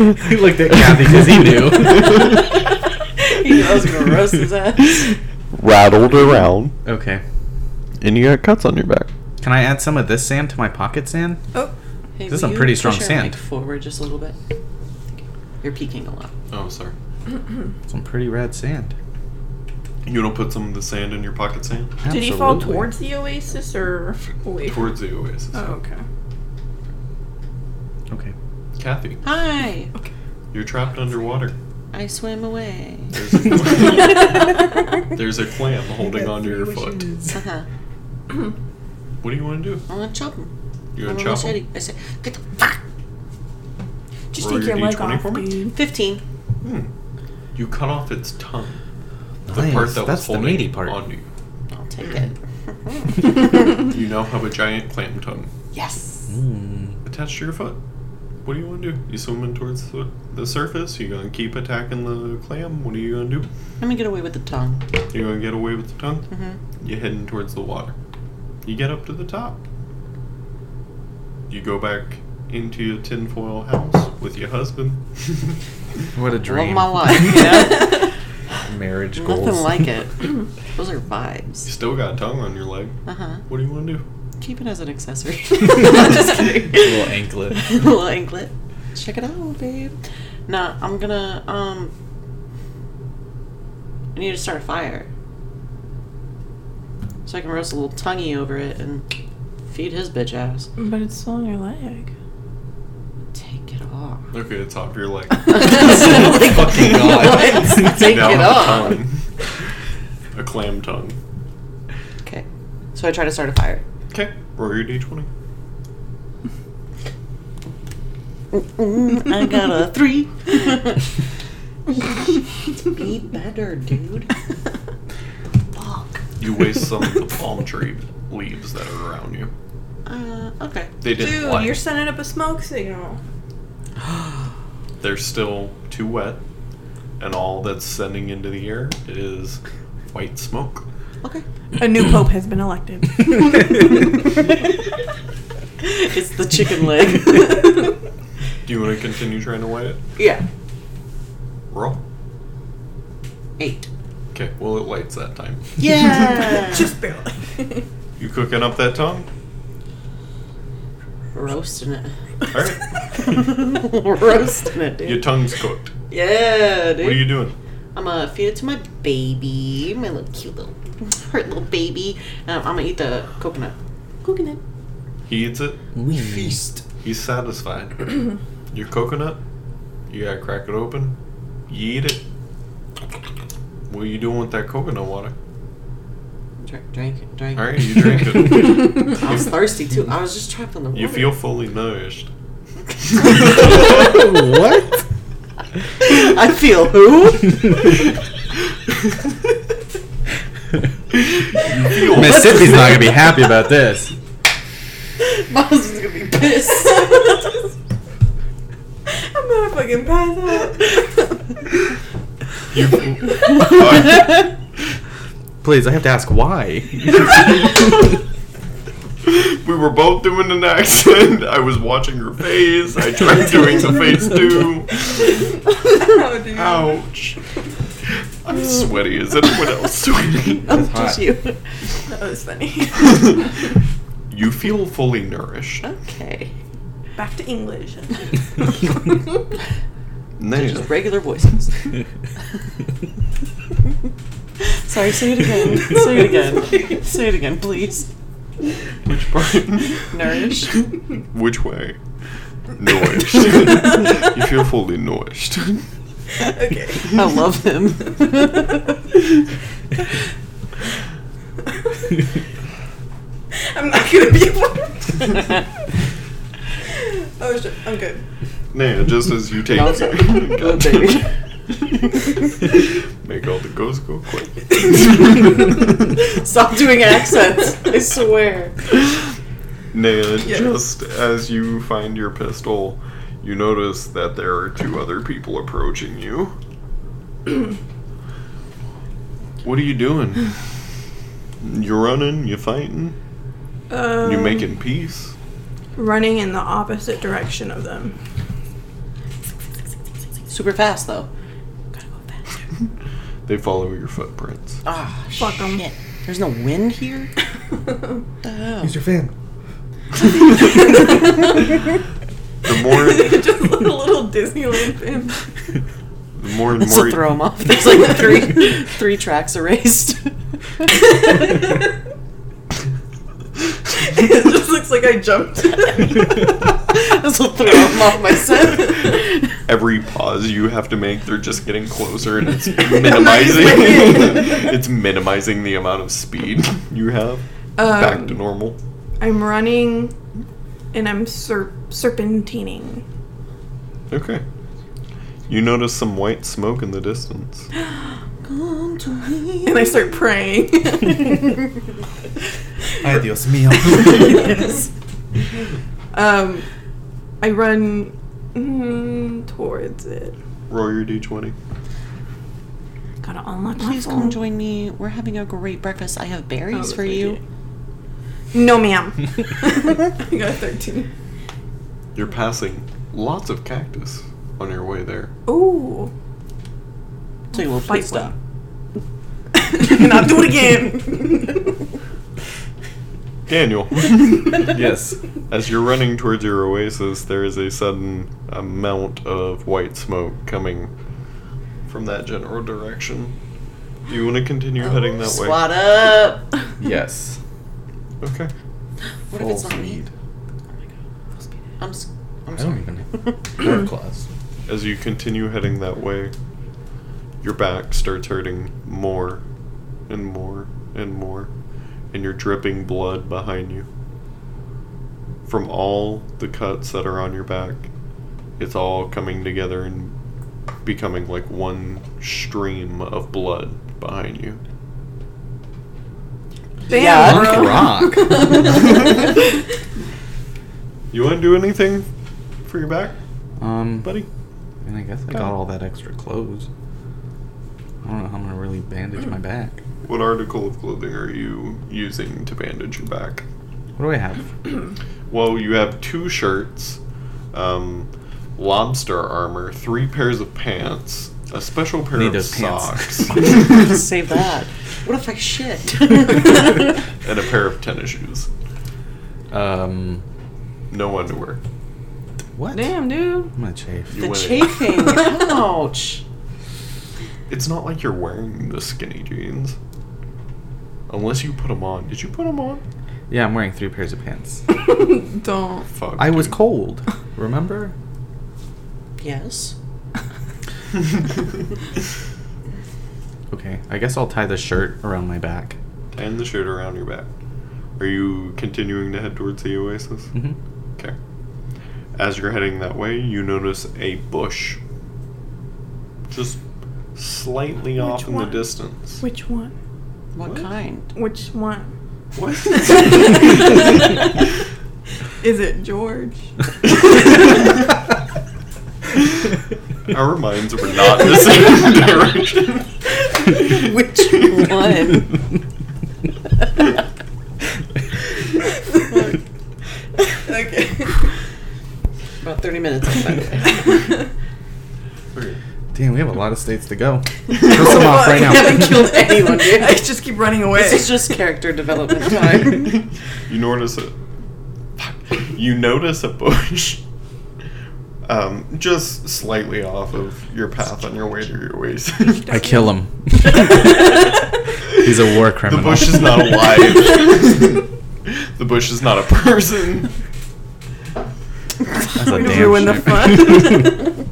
[SPEAKER 3] he looked at Kathy because he knew.
[SPEAKER 2] was gonna roast his ass.
[SPEAKER 4] rattled around,
[SPEAKER 3] okay,
[SPEAKER 4] and you got cuts on your back.
[SPEAKER 3] can I add some of this sand to my pocket sand?
[SPEAKER 1] Oh,
[SPEAKER 2] Hey,
[SPEAKER 3] This
[SPEAKER 2] will
[SPEAKER 3] is some
[SPEAKER 2] you
[SPEAKER 3] pretty
[SPEAKER 2] push
[SPEAKER 3] strong
[SPEAKER 2] your
[SPEAKER 3] sand.
[SPEAKER 2] mic Forward just a little bit. You're peeking a lot.
[SPEAKER 4] Oh, sorry.
[SPEAKER 3] Some pretty red sand.
[SPEAKER 4] You don't put some of the sand in your pocket sand?
[SPEAKER 1] did he fall
[SPEAKER 3] Absolutely.
[SPEAKER 1] towards the oasis or away? from-
[SPEAKER 4] the oasis.
[SPEAKER 1] Oh, okay.
[SPEAKER 3] Okay.
[SPEAKER 4] Kathy,
[SPEAKER 2] Hi.
[SPEAKER 4] you're trapped underwater.
[SPEAKER 2] I swim away.
[SPEAKER 4] There's a, there's a clam holding onto your foot.
[SPEAKER 2] Uh-huh.
[SPEAKER 4] What do you want to do?
[SPEAKER 2] I'm gonna chop him.
[SPEAKER 4] You
[SPEAKER 2] I'm
[SPEAKER 4] want to
[SPEAKER 2] a
[SPEAKER 4] chop 'em?
[SPEAKER 2] machete. I said, get the fuck.
[SPEAKER 1] Just
[SPEAKER 4] Roll
[SPEAKER 1] take
[SPEAKER 4] your
[SPEAKER 1] your leg
[SPEAKER 4] D20
[SPEAKER 1] off,
[SPEAKER 4] for me?
[SPEAKER 1] dude.
[SPEAKER 2] Fifteen.
[SPEAKER 4] Hmm. You cut off its tongue. The
[SPEAKER 3] Nice,
[SPEAKER 4] part that was
[SPEAKER 3] that's the
[SPEAKER 4] holding
[SPEAKER 3] meaty part.
[SPEAKER 4] onto you.
[SPEAKER 2] I'll take it.
[SPEAKER 4] You now have a giant clam tongue
[SPEAKER 2] yes.
[SPEAKER 3] Mm.
[SPEAKER 4] attached to your foot. What do you want to do? You swimming towards the, the surface? You gonna keep attacking the clam? What are you gonna do?
[SPEAKER 2] Let me get away with the tongue.
[SPEAKER 4] You're gonna get away with the tongue?
[SPEAKER 2] Mhm.
[SPEAKER 4] You're heading towards the water. You get up to the top. You go back into your tinfoil house with your husband.
[SPEAKER 3] What a
[SPEAKER 2] Love
[SPEAKER 3] dream.
[SPEAKER 2] my life. You know?
[SPEAKER 3] Marriage goals.
[SPEAKER 2] Nothing like it. Those are vibes.
[SPEAKER 4] You still got a tongue on your leg.
[SPEAKER 2] Uh huh.
[SPEAKER 4] What do you want to do?
[SPEAKER 2] Keep it as an accessory. Just kidding.
[SPEAKER 3] Little anklet.
[SPEAKER 2] Little anklet. Check it out, babe. Nah, I'm gonna um. I need to start a fire. So I can roast a little tonguey over it and feed his bitch ass.
[SPEAKER 1] But it's still on your leg.
[SPEAKER 2] Take it off.
[SPEAKER 4] Okay, it's off your leg.
[SPEAKER 3] Fucking God.
[SPEAKER 2] Take
[SPEAKER 4] Now
[SPEAKER 2] it
[SPEAKER 4] a
[SPEAKER 2] off.
[SPEAKER 4] tongue. A clam tongue.
[SPEAKER 2] Okay. So I try to start a fire.
[SPEAKER 4] Okay, roll your d20.
[SPEAKER 2] Mm, I got a three. Be better, dude. Fuck.
[SPEAKER 4] You waste some of the palm tree leaves that are around you.
[SPEAKER 2] Uh, okay.
[SPEAKER 4] They didn't
[SPEAKER 1] Dude,
[SPEAKER 4] like.
[SPEAKER 1] you're sending up a smoke signal.
[SPEAKER 4] They're still too wet, and all that's sending into the air is white smoke.
[SPEAKER 2] Okay.
[SPEAKER 1] A new pope has been elected.
[SPEAKER 2] It's the chicken leg.
[SPEAKER 4] Do you want to continue trying to light it?
[SPEAKER 2] yeah.
[SPEAKER 4] Roll.
[SPEAKER 2] Eight.
[SPEAKER 4] Okay, well, it lights that time.
[SPEAKER 2] Yeah. Just
[SPEAKER 1] barely.
[SPEAKER 4] You cooking up that tongue?
[SPEAKER 2] roasting it.
[SPEAKER 4] Alright.
[SPEAKER 2] roasting it, dude.
[SPEAKER 4] Your tongue's cooked.
[SPEAKER 2] yeah, dude.
[SPEAKER 4] What are you doing?
[SPEAKER 2] I'm gonna feed it to my baby, my little cute little, hurt little baby. Um, I'm gonna eat the coconut. Coconut.
[SPEAKER 4] He eats it,
[SPEAKER 3] We feast.
[SPEAKER 4] he's satisfied. Your coconut, you gotta crack it open, you eat it. What are you doing with that coconut water?
[SPEAKER 2] Drink, drink, it, drink. it.
[SPEAKER 4] Alright, you drink it.
[SPEAKER 2] I was thirsty too. I was just trapped on the water.
[SPEAKER 4] You feel fully nourished.
[SPEAKER 3] what?
[SPEAKER 2] I feel who?
[SPEAKER 4] You feel
[SPEAKER 3] Mississippi's not gonna be happy about this.
[SPEAKER 2] My husband's gonna be pissed.
[SPEAKER 1] I'm gonna fucking pass out.
[SPEAKER 4] You,
[SPEAKER 3] Please, I have to ask why.
[SPEAKER 4] we were both doing an accent. I was watching her face. I tried doing the face too.
[SPEAKER 1] oh, dude.
[SPEAKER 4] Ouch. I'm sweaty. Is anyone else sweaty?
[SPEAKER 2] That's
[SPEAKER 3] hot.
[SPEAKER 2] Just you.
[SPEAKER 1] That was funny.
[SPEAKER 4] you feel fully nourished.
[SPEAKER 2] Okay.
[SPEAKER 1] Back to English.
[SPEAKER 2] Just regular voices. Sorry, say it again. say it again. Say it again, please.
[SPEAKER 4] Which part?
[SPEAKER 2] Nourish.
[SPEAKER 4] Which way? Nourished. you feel fully nourished.
[SPEAKER 1] okay.
[SPEAKER 2] I love him.
[SPEAKER 1] I'm not gonna be able. oh shit, I'm good.
[SPEAKER 4] Nah, just as you take
[SPEAKER 2] No, it's okay. Good baby.
[SPEAKER 4] Make all the ghosts go quick.
[SPEAKER 2] Stop doing accents. I swear.
[SPEAKER 4] Nah,
[SPEAKER 1] Yes.
[SPEAKER 4] just as you find your pistol, you notice that there are two other people approaching you. what are you doing? You running? You fighting?
[SPEAKER 1] Um,
[SPEAKER 4] You making peace?
[SPEAKER 1] running in the opposite direction of them.
[SPEAKER 2] Super fast though.
[SPEAKER 4] They follow your footprints.
[SPEAKER 2] Ah,
[SPEAKER 1] Fuck 'em.
[SPEAKER 2] shit. There's no wind here. The hell?
[SPEAKER 3] Use your fan.
[SPEAKER 4] The more, the
[SPEAKER 1] Just like a little Disneyland film.
[SPEAKER 4] more and
[SPEAKER 2] This will
[SPEAKER 4] more.
[SPEAKER 2] throw him off. There's like three three tracks erased.
[SPEAKER 1] it just looks like I jumped.
[SPEAKER 2] this will throw him off my scent.
[SPEAKER 4] Every pause you have to make, they're just getting closer, and it's
[SPEAKER 1] Minimizing.
[SPEAKER 4] minimizing. it's minimizing the amount of speed you have. Back
[SPEAKER 1] Um,
[SPEAKER 4] to normal.
[SPEAKER 1] I'm running and I'm ser- serpentining.
[SPEAKER 4] Okay. You notice some white smoke in the distance.
[SPEAKER 2] Come to me.
[SPEAKER 1] And I start praying.
[SPEAKER 3] Ay, Dios mío.
[SPEAKER 2] Yes.
[SPEAKER 1] um, I run mm, towards it.
[SPEAKER 4] Roll your d20.
[SPEAKER 1] Gotta unlock my
[SPEAKER 2] Please come
[SPEAKER 1] phone.
[SPEAKER 2] join me. We're having a great breakfast. I have
[SPEAKER 1] Oh,
[SPEAKER 2] berries
[SPEAKER 1] that's
[SPEAKER 2] for
[SPEAKER 1] my
[SPEAKER 2] you.
[SPEAKER 1] dick. No, ma'am. I got a 13.
[SPEAKER 4] You're passing lots of cactus on your way there.
[SPEAKER 1] Ooh.
[SPEAKER 2] So you will
[SPEAKER 1] Fight
[SPEAKER 2] please stop.
[SPEAKER 1] and I'll do it again.
[SPEAKER 4] Daniel,
[SPEAKER 3] yes.
[SPEAKER 4] as you're running towards your oasis, there is a sudden amount of white smoke coming from that general direction. Do you want to continue heading that way?
[SPEAKER 2] Oh, Squat up.
[SPEAKER 3] Yes.
[SPEAKER 4] Okay.
[SPEAKER 2] What if it's not me? I'm. s- I'm
[SPEAKER 3] I don't
[SPEAKER 2] sorry.
[SPEAKER 3] even have claws.
[SPEAKER 4] As you continue heading that way, your back starts hurting more and more and more, and you're dripping blood behind you. From all the cuts that are on your back, it's all coming together and becoming like one stream of blood behind you.
[SPEAKER 1] Damn,
[SPEAKER 2] Yeah.
[SPEAKER 1] bro.
[SPEAKER 2] Punk
[SPEAKER 3] rock.
[SPEAKER 4] You want to do anything for your back,
[SPEAKER 3] Um,
[SPEAKER 4] buddy?
[SPEAKER 3] I mean, I guess I got all that extra clothes. I don't know how I'm gonna really bandage my back.
[SPEAKER 4] What article of clothing are you using to bandage your back?
[SPEAKER 3] What do I have?
[SPEAKER 4] Well, you have two shirts, um, lobster armor, three pairs of pants, a special pair
[SPEAKER 3] Need
[SPEAKER 4] of
[SPEAKER 3] those pants.
[SPEAKER 4] socks,
[SPEAKER 2] Save that. What if I shit?
[SPEAKER 4] and a pair of tennis shoes.
[SPEAKER 3] Um,
[SPEAKER 4] No underwear.
[SPEAKER 3] what?
[SPEAKER 1] Damn, dude.
[SPEAKER 3] I'm gonna chafe.
[SPEAKER 4] You
[SPEAKER 2] the
[SPEAKER 4] win.
[SPEAKER 2] chafing. Ouch.
[SPEAKER 4] It's not like you're wearing the skinny jeans. Unless you put them on. Did you put them on?
[SPEAKER 3] Yeah, I'm wearing three pairs of pants.
[SPEAKER 1] Don't.
[SPEAKER 4] Fuck.
[SPEAKER 3] I was
[SPEAKER 4] dude.
[SPEAKER 3] cold. Remember?
[SPEAKER 2] Yes.
[SPEAKER 3] Okay, I guess I'll tie the shirt around my back.
[SPEAKER 4] and the shirt around your back. Are you continuing to head towards the oasis?
[SPEAKER 3] Mm-hmm.
[SPEAKER 4] Okay. As you're heading that way, you notice a bush. Just slightly off in
[SPEAKER 1] one?
[SPEAKER 4] the distance.
[SPEAKER 1] Which one?
[SPEAKER 2] What,
[SPEAKER 4] What?
[SPEAKER 2] kind?
[SPEAKER 1] Which one?
[SPEAKER 4] What?
[SPEAKER 1] Is it George?
[SPEAKER 4] Our minds were not in the same direction.
[SPEAKER 2] Which one?
[SPEAKER 1] okay.
[SPEAKER 2] About 30 minutes. on Monday.
[SPEAKER 3] Damn, we have a lot of states to go. Piss them off right
[SPEAKER 1] I haven't
[SPEAKER 3] now.
[SPEAKER 1] killed anyone yet. I just keep running away.
[SPEAKER 2] This is just character development time.
[SPEAKER 4] you notice a you notice a bush um, just slightly off of your path on your way to your waist.
[SPEAKER 3] I kill him.
[SPEAKER 4] He's
[SPEAKER 3] He's a war
[SPEAKER 4] The
[SPEAKER 3] criminal.
[SPEAKER 4] bush is not alive. the bush is not a person.
[SPEAKER 3] That's a
[SPEAKER 1] We
[SPEAKER 3] damn
[SPEAKER 1] ruined the
[SPEAKER 3] shame.
[SPEAKER 1] fun.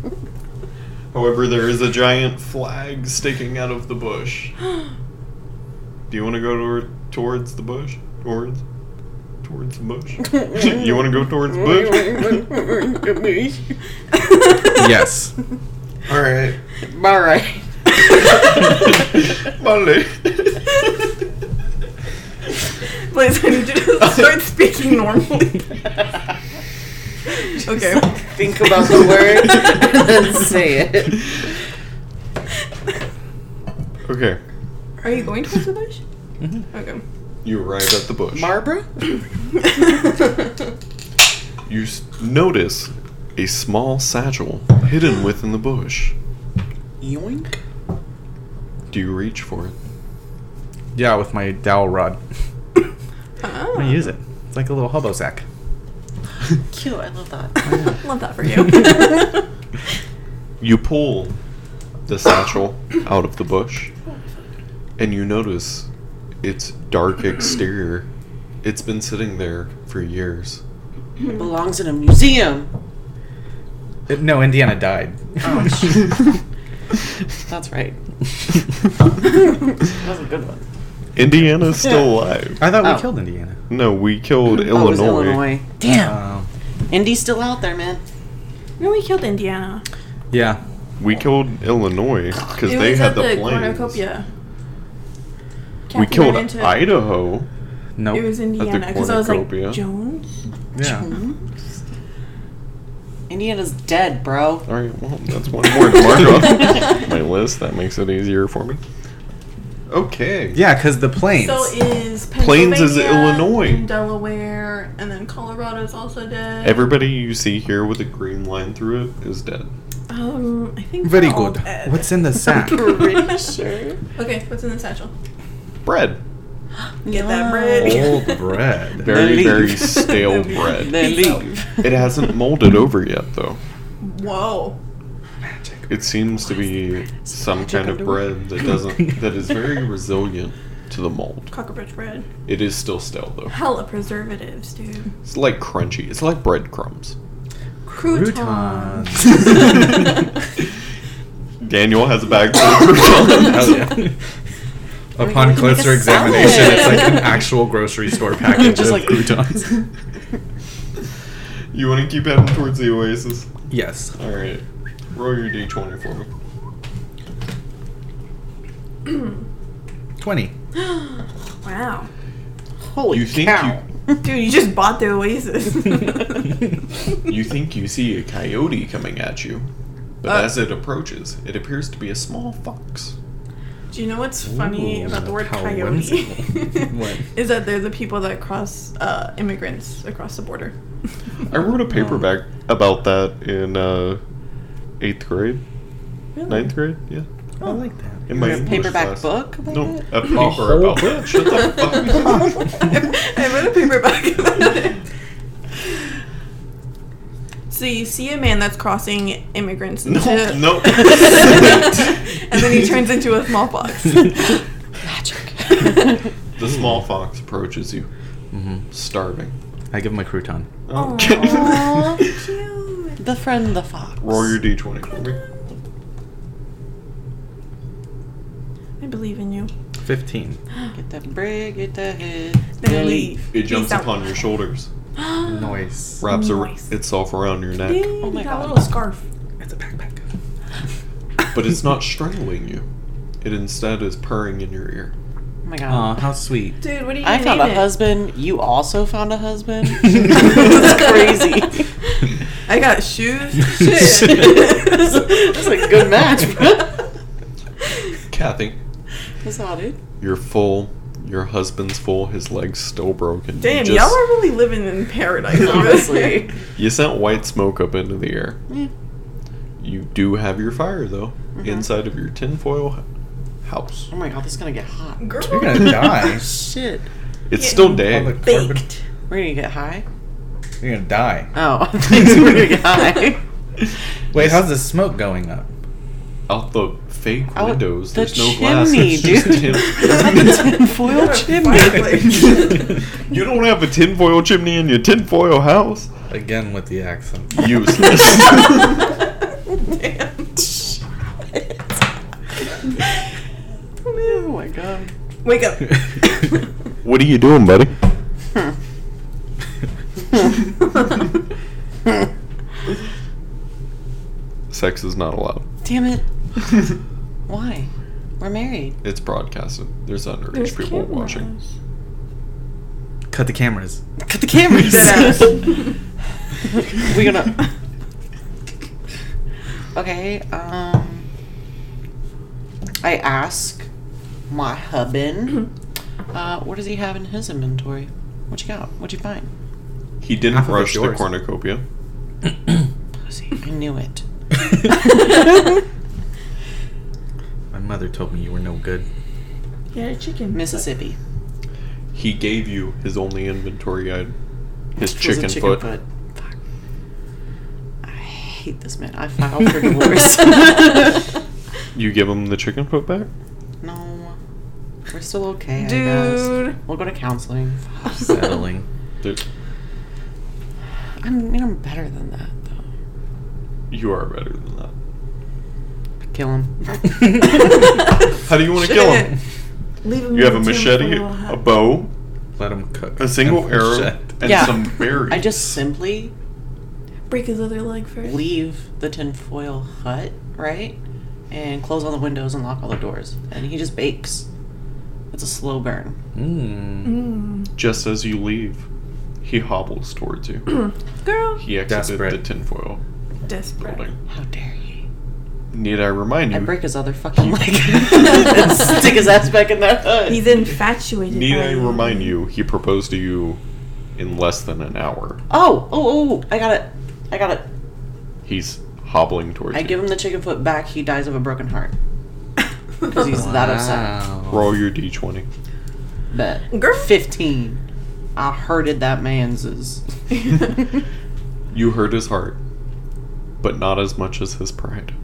[SPEAKER 4] However, there is a giant flag sticking out of the bush. Do you want to go to, towards the bush? Towards? Towards the bush? you want to go towards bush?
[SPEAKER 3] yes.
[SPEAKER 4] All right.
[SPEAKER 2] All right.
[SPEAKER 4] Molly.
[SPEAKER 1] Liz, I need you to start speaking normally. Okay.
[SPEAKER 2] Think about the word and then say it.
[SPEAKER 4] okay.
[SPEAKER 1] Are you going towards the bush?
[SPEAKER 3] Mhm.
[SPEAKER 1] Okay.
[SPEAKER 4] You arrive at the bush.
[SPEAKER 2] Barbara?
[SPEAKER 4] you s- notice a small satchel hidden within the bush.
[SPEAKER 2] Yoink.
[SPEAKER 4] Do you reach for it?
[SPEAKER 3] Yeah, with my dowel rod.
[SPEAKER 1] Ah,
[SPEAKER 3] I use it. It's like a little hobo sack.
[SPEAKER 2] Cute, I love that.
[SPEAKER 1] love that for you.
[SPEAKER 4] You pull the satchel out of the bush, and you notice its dark exterior. It's been sitting there for years.
[SPEAKER 2] It belongs in a museum.
[SPEAKER 3] It- no, Indiana died.
[SPEAKER 2] Oh, That's right. That was a good one.
[SPEAKER 4] Indiana's still alive.
[SPEAKER 3] I thought
[SPEAKER 2] Oh.
[SPEAKER 3] we killed Indiana.
[SPEAKER 4] No, we killed
[SPEAKER 2] Oh, it was
[SPEAKER 4] Illinois.
[SPEAKER 2] Illinois. Damn.
[SPEAKER 3] Um,
[SPEAKER 2] Indy's still out there, man.
[SPEAKER 1] no, we killed Indiana.
[SPEAKER 3] yeah.
[SPEAKER 4] We killed Illinois because
[SPEAKER 1] It
[SPEAKER 4] they
[SPEAKER 1] was
[SPEAKER 4] had
[SPEAKER 1] at
[SPEAKER 4] the, planes.
[SPEAKER 1] cornucopia.
[SPEAKER 4] We
[SPEAKER 1] Kathy
[SPEAKER 4] killed
[SPEAKER 1] ran into-
[SPEAKER 4] Idaho.
[SPEAKER 3] Nope.
[SPEAKER 1] It was Indiana because I was like
[SPEAKER 4] cornucopia.
[SPEAKER 1] Jones.
[SPEAKER 3] yeah.
[SPEAKER 2] Indiana's dead, bro.
[SPEAKER 4] All right, well, that's one more to mark off my list. That makes it easier for me. Okay.
[SPEAKER 3] Yeah, because the planes.
[SPEAKER 1] So is
[SPEAKER 4] Plains is
[SPEAKER 1] Pennsylvania
[SPEAKER 4] Illinois.
[SPEAKER 1] and Delaware, and then Colorado's also dead.
[SPEAKER 4] Everybody you see here with a green line through it is dead.
[SPEAKER 1] um, I think
[SPEAKER 3] Very
[SPEAKER 1] they're all
[SPEAKER 3] good.
[SPEAKER 1] dead.
[SPEAKER 3] What's in the sack?
[SPEAKER 2] Pretty sure.
[SPEAKER 1] okay? What's in the satchel?
[SPEAKER 4] Bread.
[SPEAKER 1] Get that bread.
[SPEAKER 3] Old bread.
[SPEAKER 4] Very,
[SPEAKER 2] Leaf.
[SPEAKER 4] very stale bread.
[SPEAKER 2] Then leave.
[SPEAKER 4] It hasn't molded over yet, though.
[SPEAKER 1] Whoa.
[SPEAKER 4] It seems to be some kind of bread that doesn't that is very resilient to the mold.
[SPEAKER 1] Cockroach bread.
[SPEAKER 4] It is still stale though.
[SPEAKER 1] Hella preservatives, dude.
[SPEAKER 4] It's like crunchy. It's like breadcrumbs.
[SPEAKER 1] Croutons.
[SPEAKER 4] Daniel has a bag full of croutons.
[SPEAKER 3] Hell yeah. Upon closer examination, it's like an actual grocery store package of
[SPEAKER 2] Just like-
[SPEAKER 3] croutons.
[SPEAKER 4] You want to keep heading towards the oasis.
[SPEAKER 3] yes.
[SPEAKER 4] All right, roll your d20 for me.
[SPEAKER 3] Twenty.
[SPEAKER 1] Wow.
[SPEAKER 2] Holy
[SPEAKER 4] You think
[SPEAKER 2] cow.
[SPEAKER 1] Dude, you just bought the Oasis.
[SPEAKER 4] You think you see a coyote coming at you, but
[SPEAKER 1] Uh.
[SPEAKER 4] as it approaches, it appears to be a small fox.
[SPEAKER 1] Do you know what's funny
[SPEAKER 3] Ooh,
[SPEAKER 1] about the word
[SPEAKER 3] how
[SPEAKER 1] coyote?
[SPEAKER 3] whimsical. What?
[SPEAKER 1] Is that they're the people that cross uh, immigrants across the border.
[SPEAKER 2] Hmm.
[SPEAKER 4] I wrote a paperback about that in uh, eighth grade,
[SPEAKER 1] Really?
[SPEAKER 4] ninth grade. Yeah,
[SPEAKER 3] I
[SPEAKER 2] Oh.
[SPEAKER 3] like that.
[SPEAKER 4] in my
[SPEAKER 2] Hmm. A
[SPEAKER 4] English
[SPEAKER 2] paperback
[SPEAKER 4] class.
[SPEAKER 2] book about
[SPEAKER 4] No,
[SPEAKER 2] it?
[SPEAKER 4] a paper
[SPEAKER 3] whole book?
[SPEAKER 4] about that. Shut the fuck up.
[SPEAKER 1] I read a paperback about it. So you see a man that's crossing immigrants into,
[SPEAKER 4] No, no.
[SPEAKER 1] and then he turns into a small fox.
[SPEAKER 2] Magic.
[SPEAKER 4] the small fox approaches you,
[SPEAKER 3] hmm
[SPEAKER 4] starving.
[SPEAKER 3] I give him a crouton.
[SPEAKER 2] Oh,
[SPEAKER 1] Aw, cute.
[SPEAKER 2] the friend, the fox.
[SPEAKER 4] Roll your d20 for me.
[SPEAKER 1] I believe in you.
[SPEAKER 3] Fifteen.
[SPEAKER 2] Get that bread, get that head.
[SPEAKER 1] Then leave.
[SPEAKER 4] It jumps
[SPEAKER 1] Peace out.
[SPEAKER 4] upon your shoulders,
[SPEAKER 3] Noise.
[SPEAKER 4] wraps a-
[SPEAKER 1] Nice.
[SPEAKER 4] itself around your neck,
[SPEAKER 1] Ding,
[SPEAKER 2] Oh my
[SPEAKER 1] got a
[SPEAKER 2] God.
[SPEAKER 1] little scarf.
[SPEAKER 3] It's a backpack.
[SPEAKER 4] but it's not strangling you. It instead is purring in your ear.
[SPEAKER 2] Mm. my
[SPEAKER 3] Aw,
[SPEAKER 2] god.
[SPEAKER 3] how sweet.
[SPEAKER 1] Dude, what are you
[SPEAKER 2] I
[SPEAKER 1] gonna
[SPEAKER 2] found
[SPEAKER 1] name
[SPEAKER 2] a
[SPEAKER 1] it?
[SPEAKER 2] husband. You also found a husband. That's crazy.
[SPEAKER 1] I got shoes. Shit.
[SPEAKER 2] That's a good match, bro.
[SPEAKER 4] Kathy,
[SPEAKER 2] That's all, dude.
[SPEAKER 4] you're full. Your husband's full. His leg's still broken. You
[SPEAKER 1] Damn,
[SPEAKER 4] just-
[SPEAKER 1] y'all are really living in paradise, honestly.
[SPEAKER 2] Honestly.
[SPEAKER 4] You sent white smoke up into the air.
[SPEAKER 2] Yeah.
[SPEAKER 4] You do have your fire though inside of your tinfoil h- house.
[SPEAKER 2] Oh my god, this is gonna get hot.
[SPEAKER 1] Girl,
[SPEAKER 3] You're gonna die.
[SPEAKER 2] Shit.
[SPEAKER 4] It's
[SPEAKER 1] Yeah.
[SPEAKER 4] still
[SPEAKER 3] All the
[SPEAKER 4] day.
[SPEAKER 3] carbon-
[SPEAKER 1] baked.
[SPEAKER 2] We're gonna get high?
[SPEAKER 3] You're gonna die.
[SPEAKER 2] Oh, thanks. We're gonna get high.
[SPEAKER 3] Wait, how's the smoke going up?
[SPEAKER 4] Out the fake
[SPEAKER 2] Out
[SPEAKER 4] windows.
[SPEAKER 2] the
[SPEAKER 4] There's no glass.
[SPEAKER 2] chimney,
[SPEAKER 4] It's just
[SPEAKER 2] dude.
[SPEAKER 4] tin.
[SPEAKER 1] You
[SPEAKER 2] Tinfoil
[SPEAKER 1] got a
[SPEAKER 2] chimney.
[SPEAKER 1] fireplace.
[SPEAKER 4] you don't have a tinfoil chimney in your tinfoil house.
[SPEAKER 3] Again with the accent.
[SPEAKER 4] Useless.
[SPEAKER 1] Damn.
[SPEAKER 2] oh my god.
[SPEAKER 1] Wake up.
[SPEAKER 4] what are you doing, buddy? Sex is not allowed.
[SPEAKER 2] Damn it. Why? We're married.
[SPEAKER 4] It's broadcasted. There's underage
[SPEAKER 1] There's
[SPEAKER 4] people watching.
[SPEAKER 1] cameras.
[SPEAKER 3] Cut the cameras.
[SPEAKER 2] Cut the cameras.
[SPEAKER 1] Deadass.
[SPEAKER 2] We're gonna. Okay. Um. I ask my hubbin, uh, what does he have in his inventory? What you got? What you find?
[SPEAKER 4] He didn't
[SPEAKER 3] Half of
[SPEAKER 4] rush
[SPEAKER 3] it's
[SPEAKER 4] the
[SPEAKER 3] yours.
[SPEAKER 4] cornucopia.
[SPEAKER 2] Pussy. I knew it.
[SPEAKER 3] My mother told me you were no good.
[SPEAKER 1] Yeah, a chicken.
[SPEAKER 2] Mississippi.
[SPEAKER 4] He gave you his only inventory item. His
[SPEAKER 2] It was a
[SPEAKER 4] chicken, foot.
[SPEAKER 2] Fuck. I hate this man. I filed for divorce.
[SPEAKER 4] You give him the chicken foot back?
[SPEAKER 2] no. We're still okay, I
[SPEAKER 1] Dude.
[SPEAKER 2] guess. We'll go to counseling.
[SPEAKER 3] Settling.
[SPEAKER 4] Dude,
[SPEAKER 2] I mean, I'm better than that, though.
[SPEAKER 4] you are better than that.
[SPEAKER 2] Kill him.
[SPEAKER 4] How do you want to kill
[SPEAKER 1] Shit.
[SPEAKER 4] him?
[SPEAKER 1] Leave him
[SPEAKER 4] You have a
[SPEAKER 1] in the tin
[SPEAKER 4] machete,
[SPEAKER 1] foil
[SPEAKER 4] a
[SPEAKER 1] hat.
[SPEAKER 4] bow,
[SPEAKER 3] Let them cook.
[SPEAKER 4] a single arrow, and
[SPEAKER 2] Yeah.
[SPEAKER 4] some berries.
[SPEAKER 2] I just simply
[SPEAKER 1] Break his other leg first.
[SPEAKER 2] leave the tinfoil hut, right? And close all the windows and lock all the doors. And he just bakes. It's a slow burn.
[SPEAKER 3] Mmm.
[SPEAKER 1] Mm.
[SPEAKER 4] Just as you leave, he hobbles towards you.
[SPEAKER 1] Girl,
[SPEAKER 4] he exited the
[SPEAKER 3] Desperate.
[SPEAKER 4] tinfoil
[SPEAKER 1] desperate.
[SPEAKER 4] building.
[SPEAKER 2] How dare you?
[SPEAKER 4] Need I remind
[SPEAKER 2] I
[SPEAKER 4] you?
[SPEAKER 2] break his other fucking leg and stick his ass back in that hut.
[SPEAKER 1] He's infatuated.
[SPEAKER 4] Need
[SPEAKER 1] by
[SPEAKER 4] I remind you? He proposed to you in less than an hour.
[SPEAKER 2] Oh, oh, oh, I got it. I got it.
[SPEAKER 4] He's hobbling towards
[SPEAKER 2] I
[SPEAKER 4] you.
[SPEAKER 2] give him the chicken foot back. He dies of a broken heart. Because he's
[SPEAKER 3] Mm.
[SPEAKER 2] that upset.
[SPEAKER 4] Roll your d20.
[SPEAKER 2] Bet.
[SPEAKER 1] Girl.
[SPEAKER 2] 15. I hurted that man's.
[SPEAKER 4] You hurt his heart, but not as much as his pride.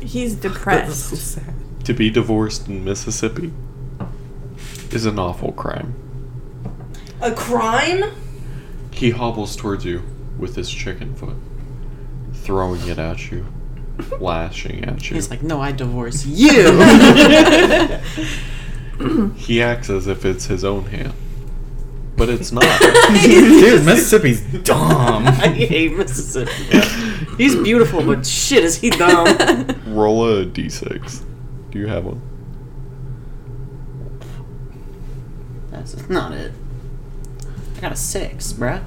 [SPEAKER 1] He's
[SPEAKER 3] That's so
[SPEAKER 1] depressed.
[SPEAKER 3] sad.
[SPEAKER 4] To be divorced in Mississippi is an awful crime.
[SPEAKER 1] a crime?
[SPEAKER 4] He hobbles towards you with his chicken foot, throwing it at you, lashing at you.
[SPEAKER 2] He's like, no, I divorce you.
[SPEAKER 4] He acts as if it's his own hand, but it's not.
[SPEAKER 3] Dude, Mississippi's dumb.
[SPEAKER 2] I hate Mississippi. He's beautiful, but shit, is he dumb.
[SPEAKER 4] Roll a d6. Do you have one?
[SPEAKER 2] That's not it. I got a six, bruh.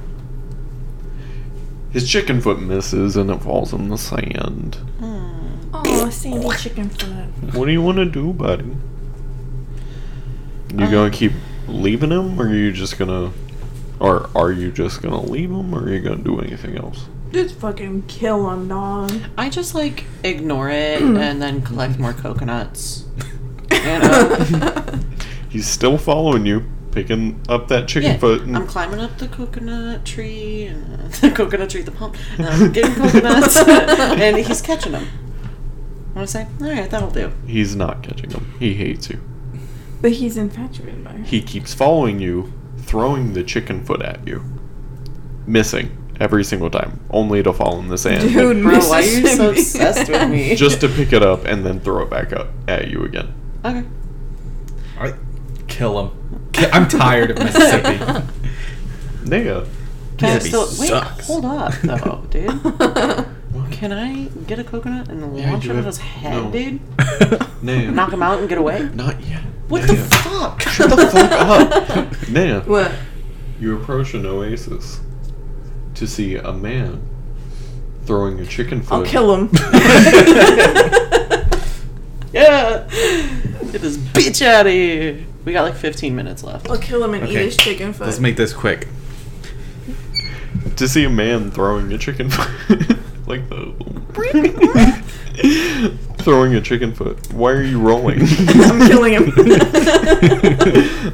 [SPEAKER 4] His chicken foot misses and it falls in the sand.
[SPEAKER 1] Oh, Sandy chicken foot.
[SPEAKER 4] What do you want to do, buddy? You
[SPEAKER 2] Uh.
[SPEAKER 4] gonna keep leaving him, or are you just gonna, or are you just gonna leave him, or are you gonna do anything else?
[SPEAKER 1] Just fucking kill him, dog.
[SPEAKER 2] I just like ignore it and then collect more coconuts. You know?
[SPEAKER 4] He's still following you, picking up that chicken
[SPEAKER 2] Yeah,
[SPEAKER 4] foot. And
[SPEAKER 2] I'm climbing up the coconut tree, and the coconut tree, the pump, and I'm getting coconuts, and he's catching them. I'm gonna say, all right, that'll do.
[SPEAKER 4] he's not catching him. He hates you.
[SPEAKER 1] But he's infatuated by her.
[SPEAKER 4] He keeps following you, throwing the chicken foot at you, missing every single time, only to fall in the sand.
[SPEAKER 1] Dude,
[SPEAKER 2] Bro, why are you so
[SPEAKER 1] Mississippi.
[SPEAKER 2] obsessed with me?
[SPEAKER 4] Just to pick it up and then throw it back up at you again.
[SPEAKER 2] okay.
[SPEAKER 3] I kill him. Ki- I'm tired of Mississippi.
[SPEAKER 4] Nigga,
[SPEAKER 2] Can I
[SPEAKER 3] Mississippi
[SPEAKER 2] still wait?
[SPEAKER 3] sucks.
[SPEAKER 2] Hold up, though, dude. Can I get a coconut and
[SPEAKER 4] Yeah,
[SPEAKER 2] launch
[SPEAKER 4] do
[SPEAKER 2] him
[SPEAKER 4] it.
[SPEAKER 2] at his head,
[SPEAKER 4] No.
[SPEAKER 2] dude?
[SPEAKER 4] no,
[SPEAKER 2] Knock him out and get away?
[SPEAKER 4] not yet.
[SPEAKER 2] What the
[SPEAKER 3] Yeah.
[SPEAKER 2] fuck?
[SPEAKER 4] Shut the fuck up. Man,
[SPEAKER 1] What?
[SPEAKER 4] you approach an oasis to see a man throwing a chicken foot.
[SPEAKER 1] I'll kill him.
[SPEAKER 2] Yeah. Get this bitch out of here. We got like 15 minutes left.
[SPEAKER 1] I'll kill him and eat
[SPEAKER 3] Okay.
[SPEAKER 1] his chicken foot.
[SPEAKER 3] Let's make this quick.
[SPEAKER 4] to see a man throwing a chicken foot. like the. throwing a chicken foot. Why are you rolling?
[SPEAKER 1] I'm killing him.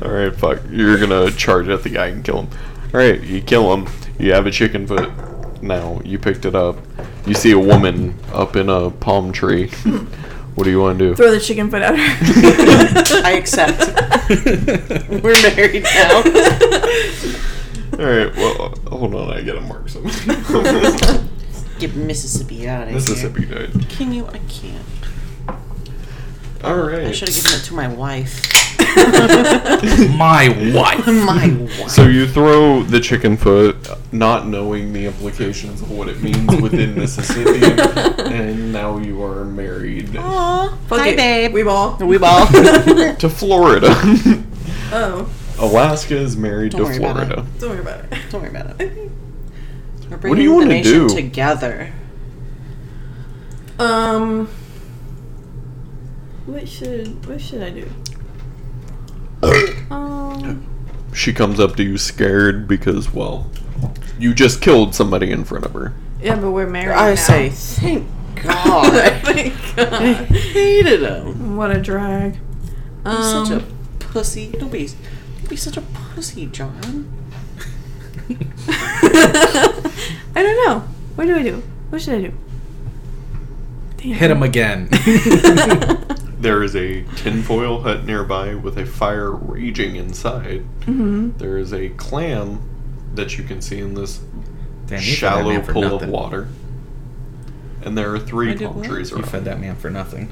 [SPEAKER 4] Alright, fuck. You're gonna charge at the guy and kill him. Alright, you kill him. You have a chicken foot. Now, you picked it up. You see a woman up in a palm tree. what do you want to do?
[SPEAKER 1] Throw the chicken foot at her.
[SPEAKER 2] I accept. We're married now.
[SPEAKER 4] Alright, well, hold on. I gotta mark something.
[SPEAKER 2] Get Mississippi out of here.
[SPEAKER 4] Mississippi died.
[SPEAKER 2] Can you? I can't. I should
[SPEAKER 4] Alright.
[SPEAKER 2] have given it to my wife.
[SPEAKER 3] My wife.
[SPEAKER 2] My wife.
[SPEAKER 4] So you throw the chicken foot, not knowing the implications of what it means within Mississippi, and now you are married
[SPEAKER 2] Aw,
[SPEAKER 1] Fuck
[SPEAKER 2] hi,
[SPEAKER 1] it.
[SPEAKER 2] babe.
[SPEAKER 1] We ball.
[SPEAKER 2] We ball.
[SPEAKER 4] to Florida.
[SPEAKER 1] Oh,
[SPEAKER 4] Alaska is married
[SPEAKER 2] Don't
[SPEAKER 4] to
[SPEAKER 2] worry about
[SPEAKER 4] Florida.
[SPEAKER 1] don't worry about it.
[SPEAKER 2] Don't worry about it. We're bringing
[SPEAKER 4] do you
[SPEAKER 2] the
[SPEAKER 4] wanna
[SPEAKER 2] nation
[SPEAKER 4] do?
[SPEAKER 2] together.
[SPEAKER 1] Um, what should what should I do? um,
[SPEAKER 4] She comes up to you scared because, well, you just killed somebody in front of her.
[SPEAKER 1] yeah, but we're married.
[SPEAKER 2] I
[SPEAKER 1] now.
[SPEAKER 2] say, thank God.
[SPEAKER 1] Thank
[SPEAKER 2] I
[SPEAKER 1] God.
[SPEAKER 2] hated him.
[SPEAKER 1] What a drag.
[SPEAKER 2] He's
[SPEAKER 1] Um,
[SPEAKER 2] such a pussy. Don't be, don't be such a pussy, John.
[SPEAKER 1] I don't know. What do I do? What should I do? Damn.
[SPEAKER 3] Hit him again.
[SPEAKER 4] There is a tinfoil hut nearby with a fire raging inside.
[SPEAKER 2] Mm-hmm.
[SPEAKER 1] hmm
[SPEAKER 4] There is a clam that you can see in this
[SPEAKER 3] Damn, you fed that
[SPEAKER 4] shallow
[SPEAKER 3] man for
[SPEAKER 4] pool
[SPEAKER 3] nothing.
[SPEAKER 4] of water. And there are
[SPEAKER 2] I
[SPEAKER 4] three
[SPEAKER 2] did
[SPEAKER 4] palm
[SPEAKER 2] what?
[SPEAKER 4] trees
[SPEAKER 3] You
[SPEAKER 4] around.
[SPEAKER 3] fed that man for nothing.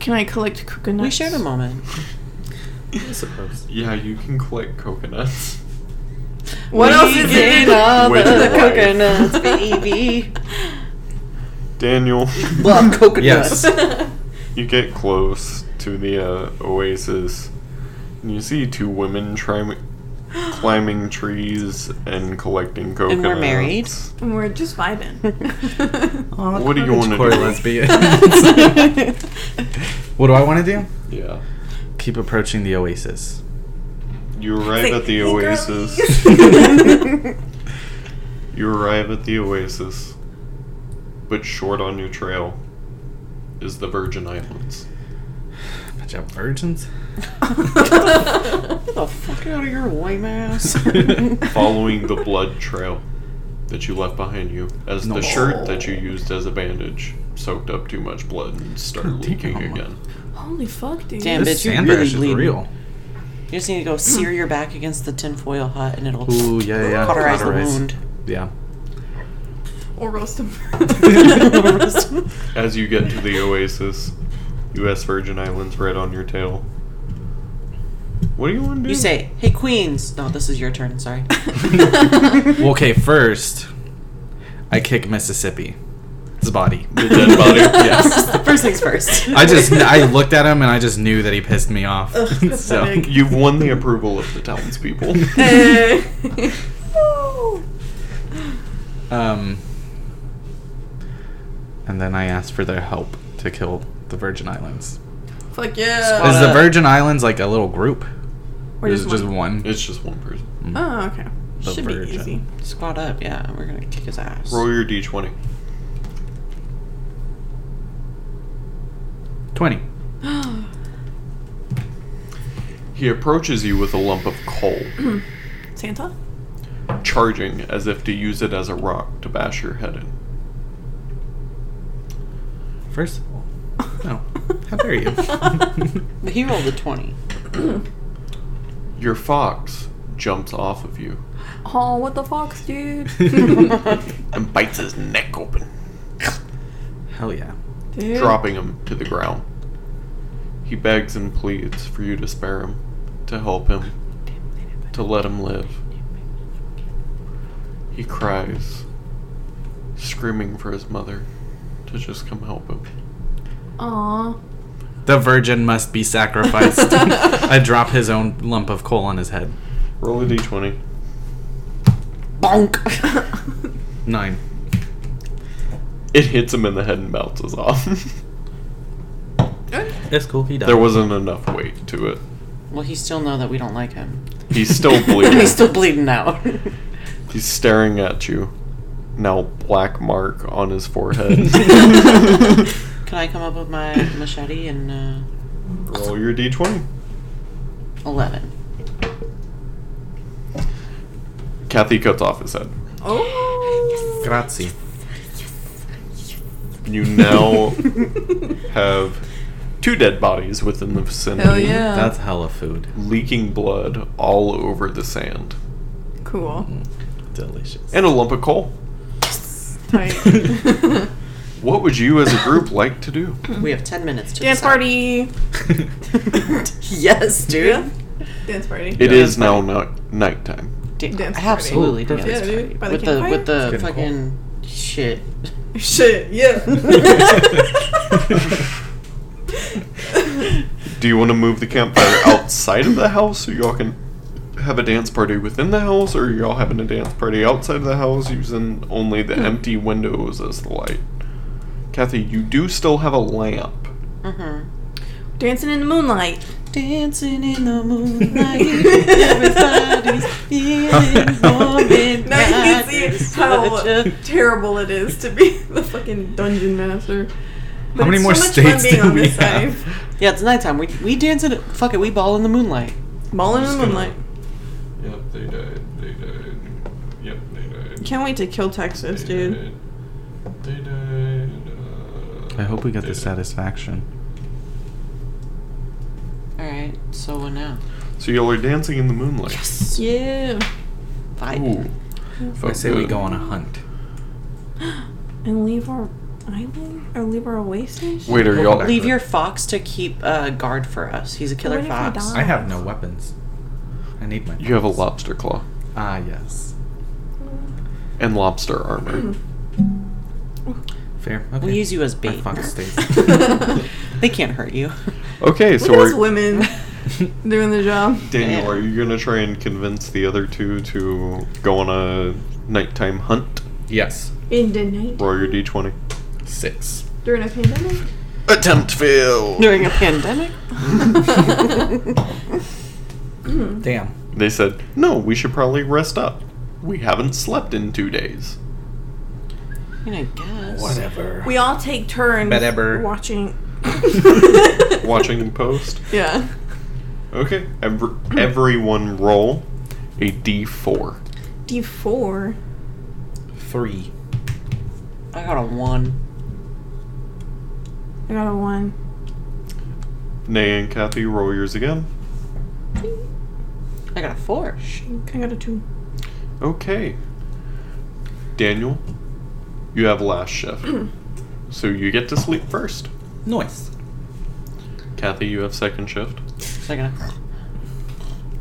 [SPEAKER 1] Can I collect coconuts?
[SPEAKER 2] We shared a moment.
[SPEAKER 3] I suppose.
[SPEAKER 4] Yeah, you can collect coconuts.
[SPEAKER 1] What
[SPEAKER 2] we
[SPEAKER 1] else is
[SPEAKER 2] did
[SPEAKER 1] it?
[SPEAKER 2] all
[SPEAKER 4] With
[SPEAKER 2] the
[SPEAKER 4] your wife.
[SPEAKER 2] coconuts, baby.
[SPEAKER 4] Daniel,
[SPEAKER 2] Love coconuts.
[SPEAKER 3] Yes.
[SPEAKER 4] you get close to the uh, oasis, and you see two women trim- climbing trees and collecting coconuts.
[SPEAKER 2] we're married.
[SPEAKER 1] And we're just Oh, vibing.
[SPEAKER 4] What do you wanna
[SPEAKER 3] Poor
[SPEAKER 4] do?
[SPEAKER 3] lesbian. what do I want to do?
[SPEAKER 4] Yeah.
[SPEAKER 3] Keep approaching the oasis.
[SPEAKER 4] You arrive
[SPEAKER 1] Say,
[SPEAKER 4] at
[SPEAKER 1] "Hey,
[SPEAKER 4] the oasis. You arrive at the oasis, but short on your trail is the Virgin Islands.
[SPEAKER 3] Bunch of virgins.
[SPEAKER 2] Get the fuck out of your white ass.
[SPEAKER 4] Following the blood trail that you left behind you, as
[SPEAKER 3] No.
[SPEAKER 4] the shirt that you used as a bandage soaked up too much blood and started
[SPEAKER 3] Damn.
[SPEAKER 4] leaking again.
[SPEAKER 1] Holy fuck, dude.
[SPEAKER 2] Damn.
[SPEAKER 3] This
[SPEAKER 2] bitch, you
[SPEAKER 3] sandbash
[SPEAKER 2] really
[SPEAKER 3] is
[SPEAKER 2] bleeding.
[SPEAKER 3] real.
[SPEAKER 2] You just need to go sear your back against the tinfoil hut and it'll
[SPEAKER 3] Ooh, yeah, yeah.
[SPEAKER 2] cauterize the wound.
[SPEAKER 3] Yeah.
[SPEAKER 1] Or roast him.
[SPEAKER 4] As you get to the oasis, U.S. Virgin Islands right on your tail. What do you want to do?
[SPEAKER 2] You say, hey, Queens. No, this is your turn, sorry.
[SPEAKER 3] Well, okay, first, I kick Mississippi. His body.
[SPEAKER 4] the dead body. yes.
[SPEAKER 2] first things first.
[SPEAKER 3] I just, I looked at him and I just knew that he pissed me off. so,
[SPEAKER 1] pathetic.
[SPEAKER 4] You've won the approval of the townspeople.
[SPEAKER 1] Eh.
[SPEAKER 3] um, and then I asked for their help to kill the Virgin Islands.
[SPEAKER 1] Fuck yeah.
[SPEAKER 3] Is the
[SPEAKER 2] up.
[SPEAKER 3] Virgin Islands like a little group?
[SPEAKER 1] We're
[SPEAKER 3] Or is it just one?
[SPEAKER 4] it's just one person.
[SPEAKER 1] Oh, okay.
[SPEAKER 3] The
[SPEAKER 1] Should be
[SPEAKER 3] virgin.
[SPEAKER 1] easy.
[SPEAKER 2] Squat up, yeah. We're gonna kick his ass.
[SPEAKER 4] Roll your d20.
[SPEAKER 3] 20.
[SPEAKER 4] He approaches you with a lump of coal,
[SPEAKER 1] Santa?
[SPEAKER 4] charging as if to use it as a rock to bash your head in.
[SPEAKER 3] First of all, no. Oh. How dare you?
[SPEAKER 2] But he rolled a 20.
[SPEAKER 4] Your fox jumps off of you
[SPEAKER 1] Oh, what the fox, dude?
[SPEAKER 4] and bites his neck open,
[SPEAKER 3] Hell yeah.
[SPEAKER 1] dude.
[SPEAKER 4] dropping him to the ground. He begs and pleads for you to spare him, to help him, to let him live. He cries, screaming for his mother to just come help him.
[SPEAKER 1] Aw.
[SPEAKER 3] The virgin must be sacrificed. I drop his own lump of coal on his head.
[SPEAKER 4] Roll a d20.
[SPEAKER 2] Bonk.
[SPEAKER 3] Nine.
[SPEAKER 4] It hits him in the head and bounces off.
[SPEAKER 3] It's cool. He died.
[SPEAKER 4] there wasn't enough weight to it.
[SPEAKER 2] Well, he still know that we don't like him.
[SPEAKER 4] He's still bleeding.
[SPEAKER 2] He's still bleeding out.
[SPEAKER 4] He's staring at you. Now black mark on his forehead.
[SPEAKER 2] Can I come up with my machete and uh,
[SPEAKER 4] Roll your d20.
[SPEAKER 2] eleven?
[SPEAKER 4] Kathy cuts off his head.
[SPEAKER 1] Oh.
[SPEAKER 3] Grazie.
[SPEAKER 4] You now have two dead bodies within the vicinity.
[SPEAKER 1] Hell
[SPEAKER 2] Uh.
[SPEAKER 1] yeah.
[SPEAKER 3] That's hella food.
[SPEAKER 4] Leaking blood all over the sand.
[SPEAKER 1] cool.
[SPEAKER 3] Delicious.
[SPEAKER 4] And a lump of coal.
[SPEAKER 1] Tight.
[SPEAKER 4] What would you as a group like to do?
[SPEAKER 2] We have ten minutes to
[SPEAKER 1] Dance
[SPEAKER 2] decide.
[SPEAKER 1] party.
[SPEAKER 2] yes, dude.
[SPEAKER 1] Yeah. Dance party.
[SPEAKER 4] It is now night nighttime.
[SPEAKER 2] Da-
[SPEAKER 1] Dance party.
[SPEAKER 2] absolutely
[SPEAKER 3] Ooh,
[SPEAKER 2] dance
[SPEAKER 3] perfect.
[SPEAKER 1] Yeah,
[SPEAKER 2] party.
[SPEAKER 1] dude, by the
[SPEAKER 2] with the with
[SPEAKER 1] campfire.
[SPEAKER 2] the
[SPEAKER 3] It's getting
[SPEAKER 2] fucking shit.
[SPEAKER 1] Shit. Yeah.
[SPEAKER 4] Do you want to move the campfire outside of the house so y'all can have a dance party within the house, or are y'all having a dance party outside of the house using only the empty windows as the light? Kathy, you do still have a lamp.
[SPEAKER 2] Mm-hmm.
[SPEAKER 1] Dancing in the moonlight.
[SPEAKER 2] Dancing in the moonlight, everybody's feeling warm and
[SPEAKER 1] Now you can
[SPEAKER 2] bright.
[SPEAKER 1] see
[SPEAKER 2] Such
[SPEAKER 1] how
[SPEAKER 2] a-
[SPEAKER 1] terrible it is to be the fucking dungeon master. But
[SPEAKER 3] How many
[SPEAKER 1] it's
[SPEAKER 3] more
[SPEAKER 1] so much
[SPEAKER 3] states
[SPEAKER 1] fun being
[SPEAKER 3] do
[SPEAKER 1] on
[SPEAKER 3] we
[SPEAKER 1] this
[SPEAKER 3] have?
[SPEAKER 1] side.
[SPEAKER 2] Yeah, it's nighttime. We we dance in fuck it. We ball in the moonlight.
[SPEAKER 1] Ball in
[SPEAKER 4] Just
[SPEAKER 1] the
[SPEAKER 4] gonna-
[SPEAKER 1] moonlight.
[SPEAKER 4] Yep, they died. They died. Yep, they died.
[SPEAKER 1] Can't wait to kill Texas, dude.
[SPEAKER 4] They died.
[SPEAKER 3] I hope we got the satisfaction.
[SPEAKER 2] All right. So what now?
[SPEAKER 4] So y'all are dancing in the moonlight.
[SPEAKER 1] Yeah.
[SPEAKER 2] Fight.
[SPEAKER 4] Ooh.
[SPEAKER 3] I
[SPEAKER 4] Fuck
[SPEAKER 3] say we
[SPEAKER 4] good.
[SPEAKER 3] go on a hunt.
[SPEAKER 1] And leave our island? Or leave our oasis?
[SPEAKER 4] Wait, are
[SPEAKER 3] We'll
[SPEAKER 4] y'all
[SPEAKER 3] come back.
[SPEAKER 2] Leave your fox to keep uh, guard for us. He's a killer
[SPEAKER 1] What if I
[SPEAKER 2] fox.
[SPEAKER 1] die?
[SPEAKER 3] I have no weapons. I need my.
[SPEAKER 4] You have a
[SPEAKER 3] weapons.
[SPEAKER 4] lobster claw
[SPEAKER 3] Ah, yes.
[SPEAKER 4] and lobster
[SPEAKER 3] Mm.
[SPEAKER 4] armor.
[SPEAKER 3] Fair. Okay.
[SPEAKER 2] We'll use you as
[SPEAKER 3] My
[SPEAKER 2] bait.
[SPEAKER 3] fox stays.
[SPEAKER 2] They can't hurt you.
[SPEAKER 4] Okay,
[SPEAKER 1] Look
[SPEAKER 4] so
[SPEAKER 1] at us
[SPEAKER 4] are,
[SPEAKER 1] women doing the job.
[SPEAKER 4] Daniel, are you gonna try and convince the other two to go on a nighttime hunt?
[SPEAKER 3] yes.
[SPEAKER 1] In the night.
[SPEAKER 4] Roll your d20.
[SPEAKER 3] Six.
[SPEAKER 1] During a pandemic.
[SPEAKER 4] Attempt failed.
[SPEAKER 2] During a pandemic.
[SPEAKER 3] Damn.
[SPEAKER 4] They said, "No, we should probably rest up. We haven't slept in two days."
[SPEAKER 2] I mean, I guess.
[SPEAKER 3] Whatever.
[SPEAKER 1] We all take turns
[SPEAKER 3] Whatever.
[SPEAKER 1] watching.
[SPEAKER 4] Watching post.
[SPEAKER 1] Yeah.
[SPEAKER 4] Okay, Every, everyone roll a d4.
[SPEAKER 1] D4.
[SPEAKER 3] Three.
[SPEAKER 2] I got a one.
[SPEAKER 1] I got a 1.
[SPEAKER 4] Nay and Kathy, roll yours again.
[SPEAKER 2] I got a four.
[SPEAKER 1] I got a 2.
[SPEAKER 4] Okay. Daniel, you have last shift. so you get to sleep first.
[SPEAKER 3] Noise.
[SPEAKER 4] Kathy, you have second shift.
[SPEAKER 2] So I got a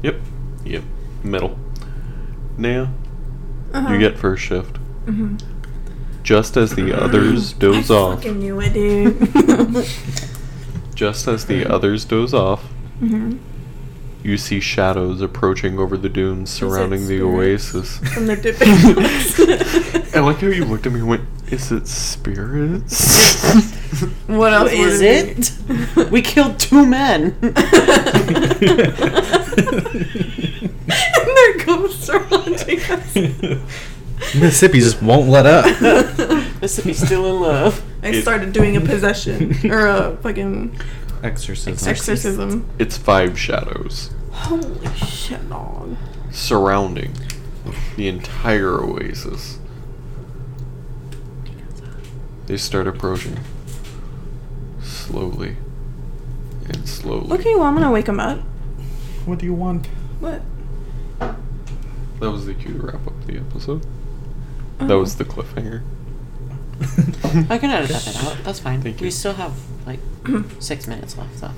[SPEAKER 4] Yep. Yep. Middle. Naya,
[SPEAKER 1] Uh-huh.
[SPEAKER 4] you get first shift.
[SPEAKER 1] Mm-hmm.
[SPEAKER 4] Just as the others doze
[SPEAKER 1] I
[SPEAKER 4] off,
[SPEAKER 1] fucking knew it, dude.
[SPEAKER 4] just as the others doze off,
[SPEAKER 1] Mhm.
[SPEAKER 4] you see shadows approaching over the dunes surrounding the
[SPEAKER 1] spirits?
[SPEAKER 4] oasis.
[SPEAKER 1] From the dipping box.
[SPEAKER 4] I like how you looked at me and went, Is it spirits?
[SPEAKER 1] What else
[SPEAKER 2] What is
[SPEAKER 1] would it? be?
[SPEAKER 2] it? we killed two men.
[SPEAKER 1] and their ghosts are watching us.
[SPEAKER 3] Mississippi just won't let up.
[SPEAKER 2] Mississippi's still in love.
[SPEAKER 1] I started doing a possession or a fucking
[SPEAKER 3] Exorcism.
[SPEAKER 1] exorcism.
[SPEAKER 4] it's five shadows
[SPEAKER 1] Holy shit, dog.
[SPEAKER 4] surrounding the entire oasis. They start approaching slowly and slowly.
[SPEAKER 1] Okay, well, I'm gonna wake him up.
[SPEAKER 3] What do you want?
[SPEAKER 1] What?
[SPEAKER 4] That was the cue to wrap up the episode.
[SPEAKER 1] Uh-huh.
[SPEAKER 4] That was the cliffhanger.
[SPEAKER 2] I can edit that out. That's fine.
[SPEAKER 4] Thank
[SPEAKER 2] we
[SPEAKER 4] you.
[SPEAKER 2] still have like six minutes left, so.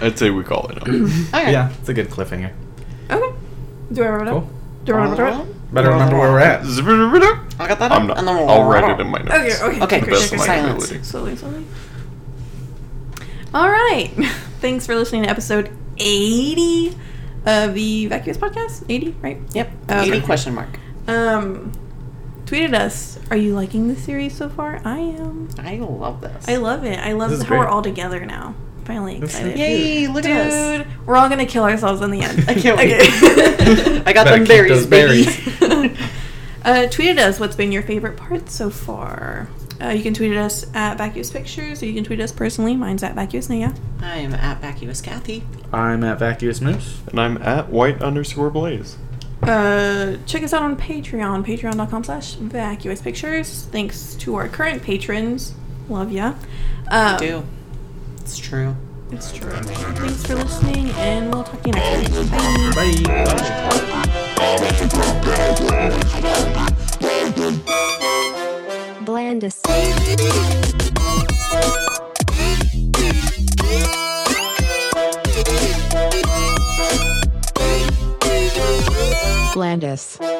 [SPEAKER 4] I'd say we call it up.
[SPEAKER 2] Okay.
[SPEAKER 3] yeah, it's a good cliffhanger.
[SPEAKER 1] Okay. Do I write it
[SPEAKER 3] Cool.
[SPEAKER 1] up? Do I write it up?
[SPEAKER 3] Better remember where we're at.
[SPEAKER 4] Zip it up.
[SPEAKER 2] I'll get that
[SPEAKER 4] I'm
[SPEAKER 2] up
[SPEAKER 4] not.
[SPEAKER 2] and then we'll
[SPEAKER 4] I'll write it in my notes.
[SPEAKER 1] Okay, okay.
[SPEAKER 2] Okay,
[SPEAKER 1] okay,
[SPEAKER 4] Best
[SPEAKER 1] okay.
[SPEAKER 4] of my
[SPEAKER 2] silence.
[SPEAKER 4] ability.
[SPEAKER 1] Slowly, slowly. All right. Thanks for listening to episode 80 of the Vacuous Podcast. 80, right?
[SPEAKER 2] Yep.
[SPEAKER 1] Oh, Okay.
[SPEAKER 2] 80 question mark.
[SPEAKER 1] Um, tweeted us. Are you liking the series so far? I am.
[SPEAKER 2] I love this.
[SPEAKER 1] I love it. I love
[SPEAKER 3] This is
[SPEAKER 1] how we're
[SPEAKER 3] great.
[SPEAKER 1] all together now. Finally
[SPEAKER 3] This is
[SPEAKER 1] excited.
[SPEAKER 2] Yay, look
[SPEAKER 1] Dude,
[SPEAKER 2] at us.
[SPEAKER 1] we're all gonna kill ourselves in the end.
[SPEAKER 2] I can't wait.
[SPEAKER 1] Okay.
[SPEAKER 2] I got
[SPEAKER 3] Better
[SPEAKER 2] them
[SPEAKER 3] keep
[SPEAKER 2] berries,
[SPEAKER 3] those
[SPEAKER 2] baby.
[SPEAKER 1] uh, tweeted us what's been your favorite part so far. Uh, you can tweet at us at Vacuous Pictures, or you can tweet us personally. Mine's at Vacuous Naya.
[SPEAKER 2] I am at Vacuous Kathy.
[SPEAKER 3] I'm at Vacuous Moose.
[SPEAKER 4] And I'm at white underscore blaze.
[SPEAKER 1] Uh, check us out on Patreon, patreon.com slash Vacuous Pictures. Thanks to our current patrons. Love ya. Um,
[SPEAKER 2] Do. It's true.
[SPEAKER 1] It's true. Thanks for listening, and we'll talk to you next time. Bye.
[SPEAKER 3] Bye.
[SPEAKER 5] Blandis. Blandis.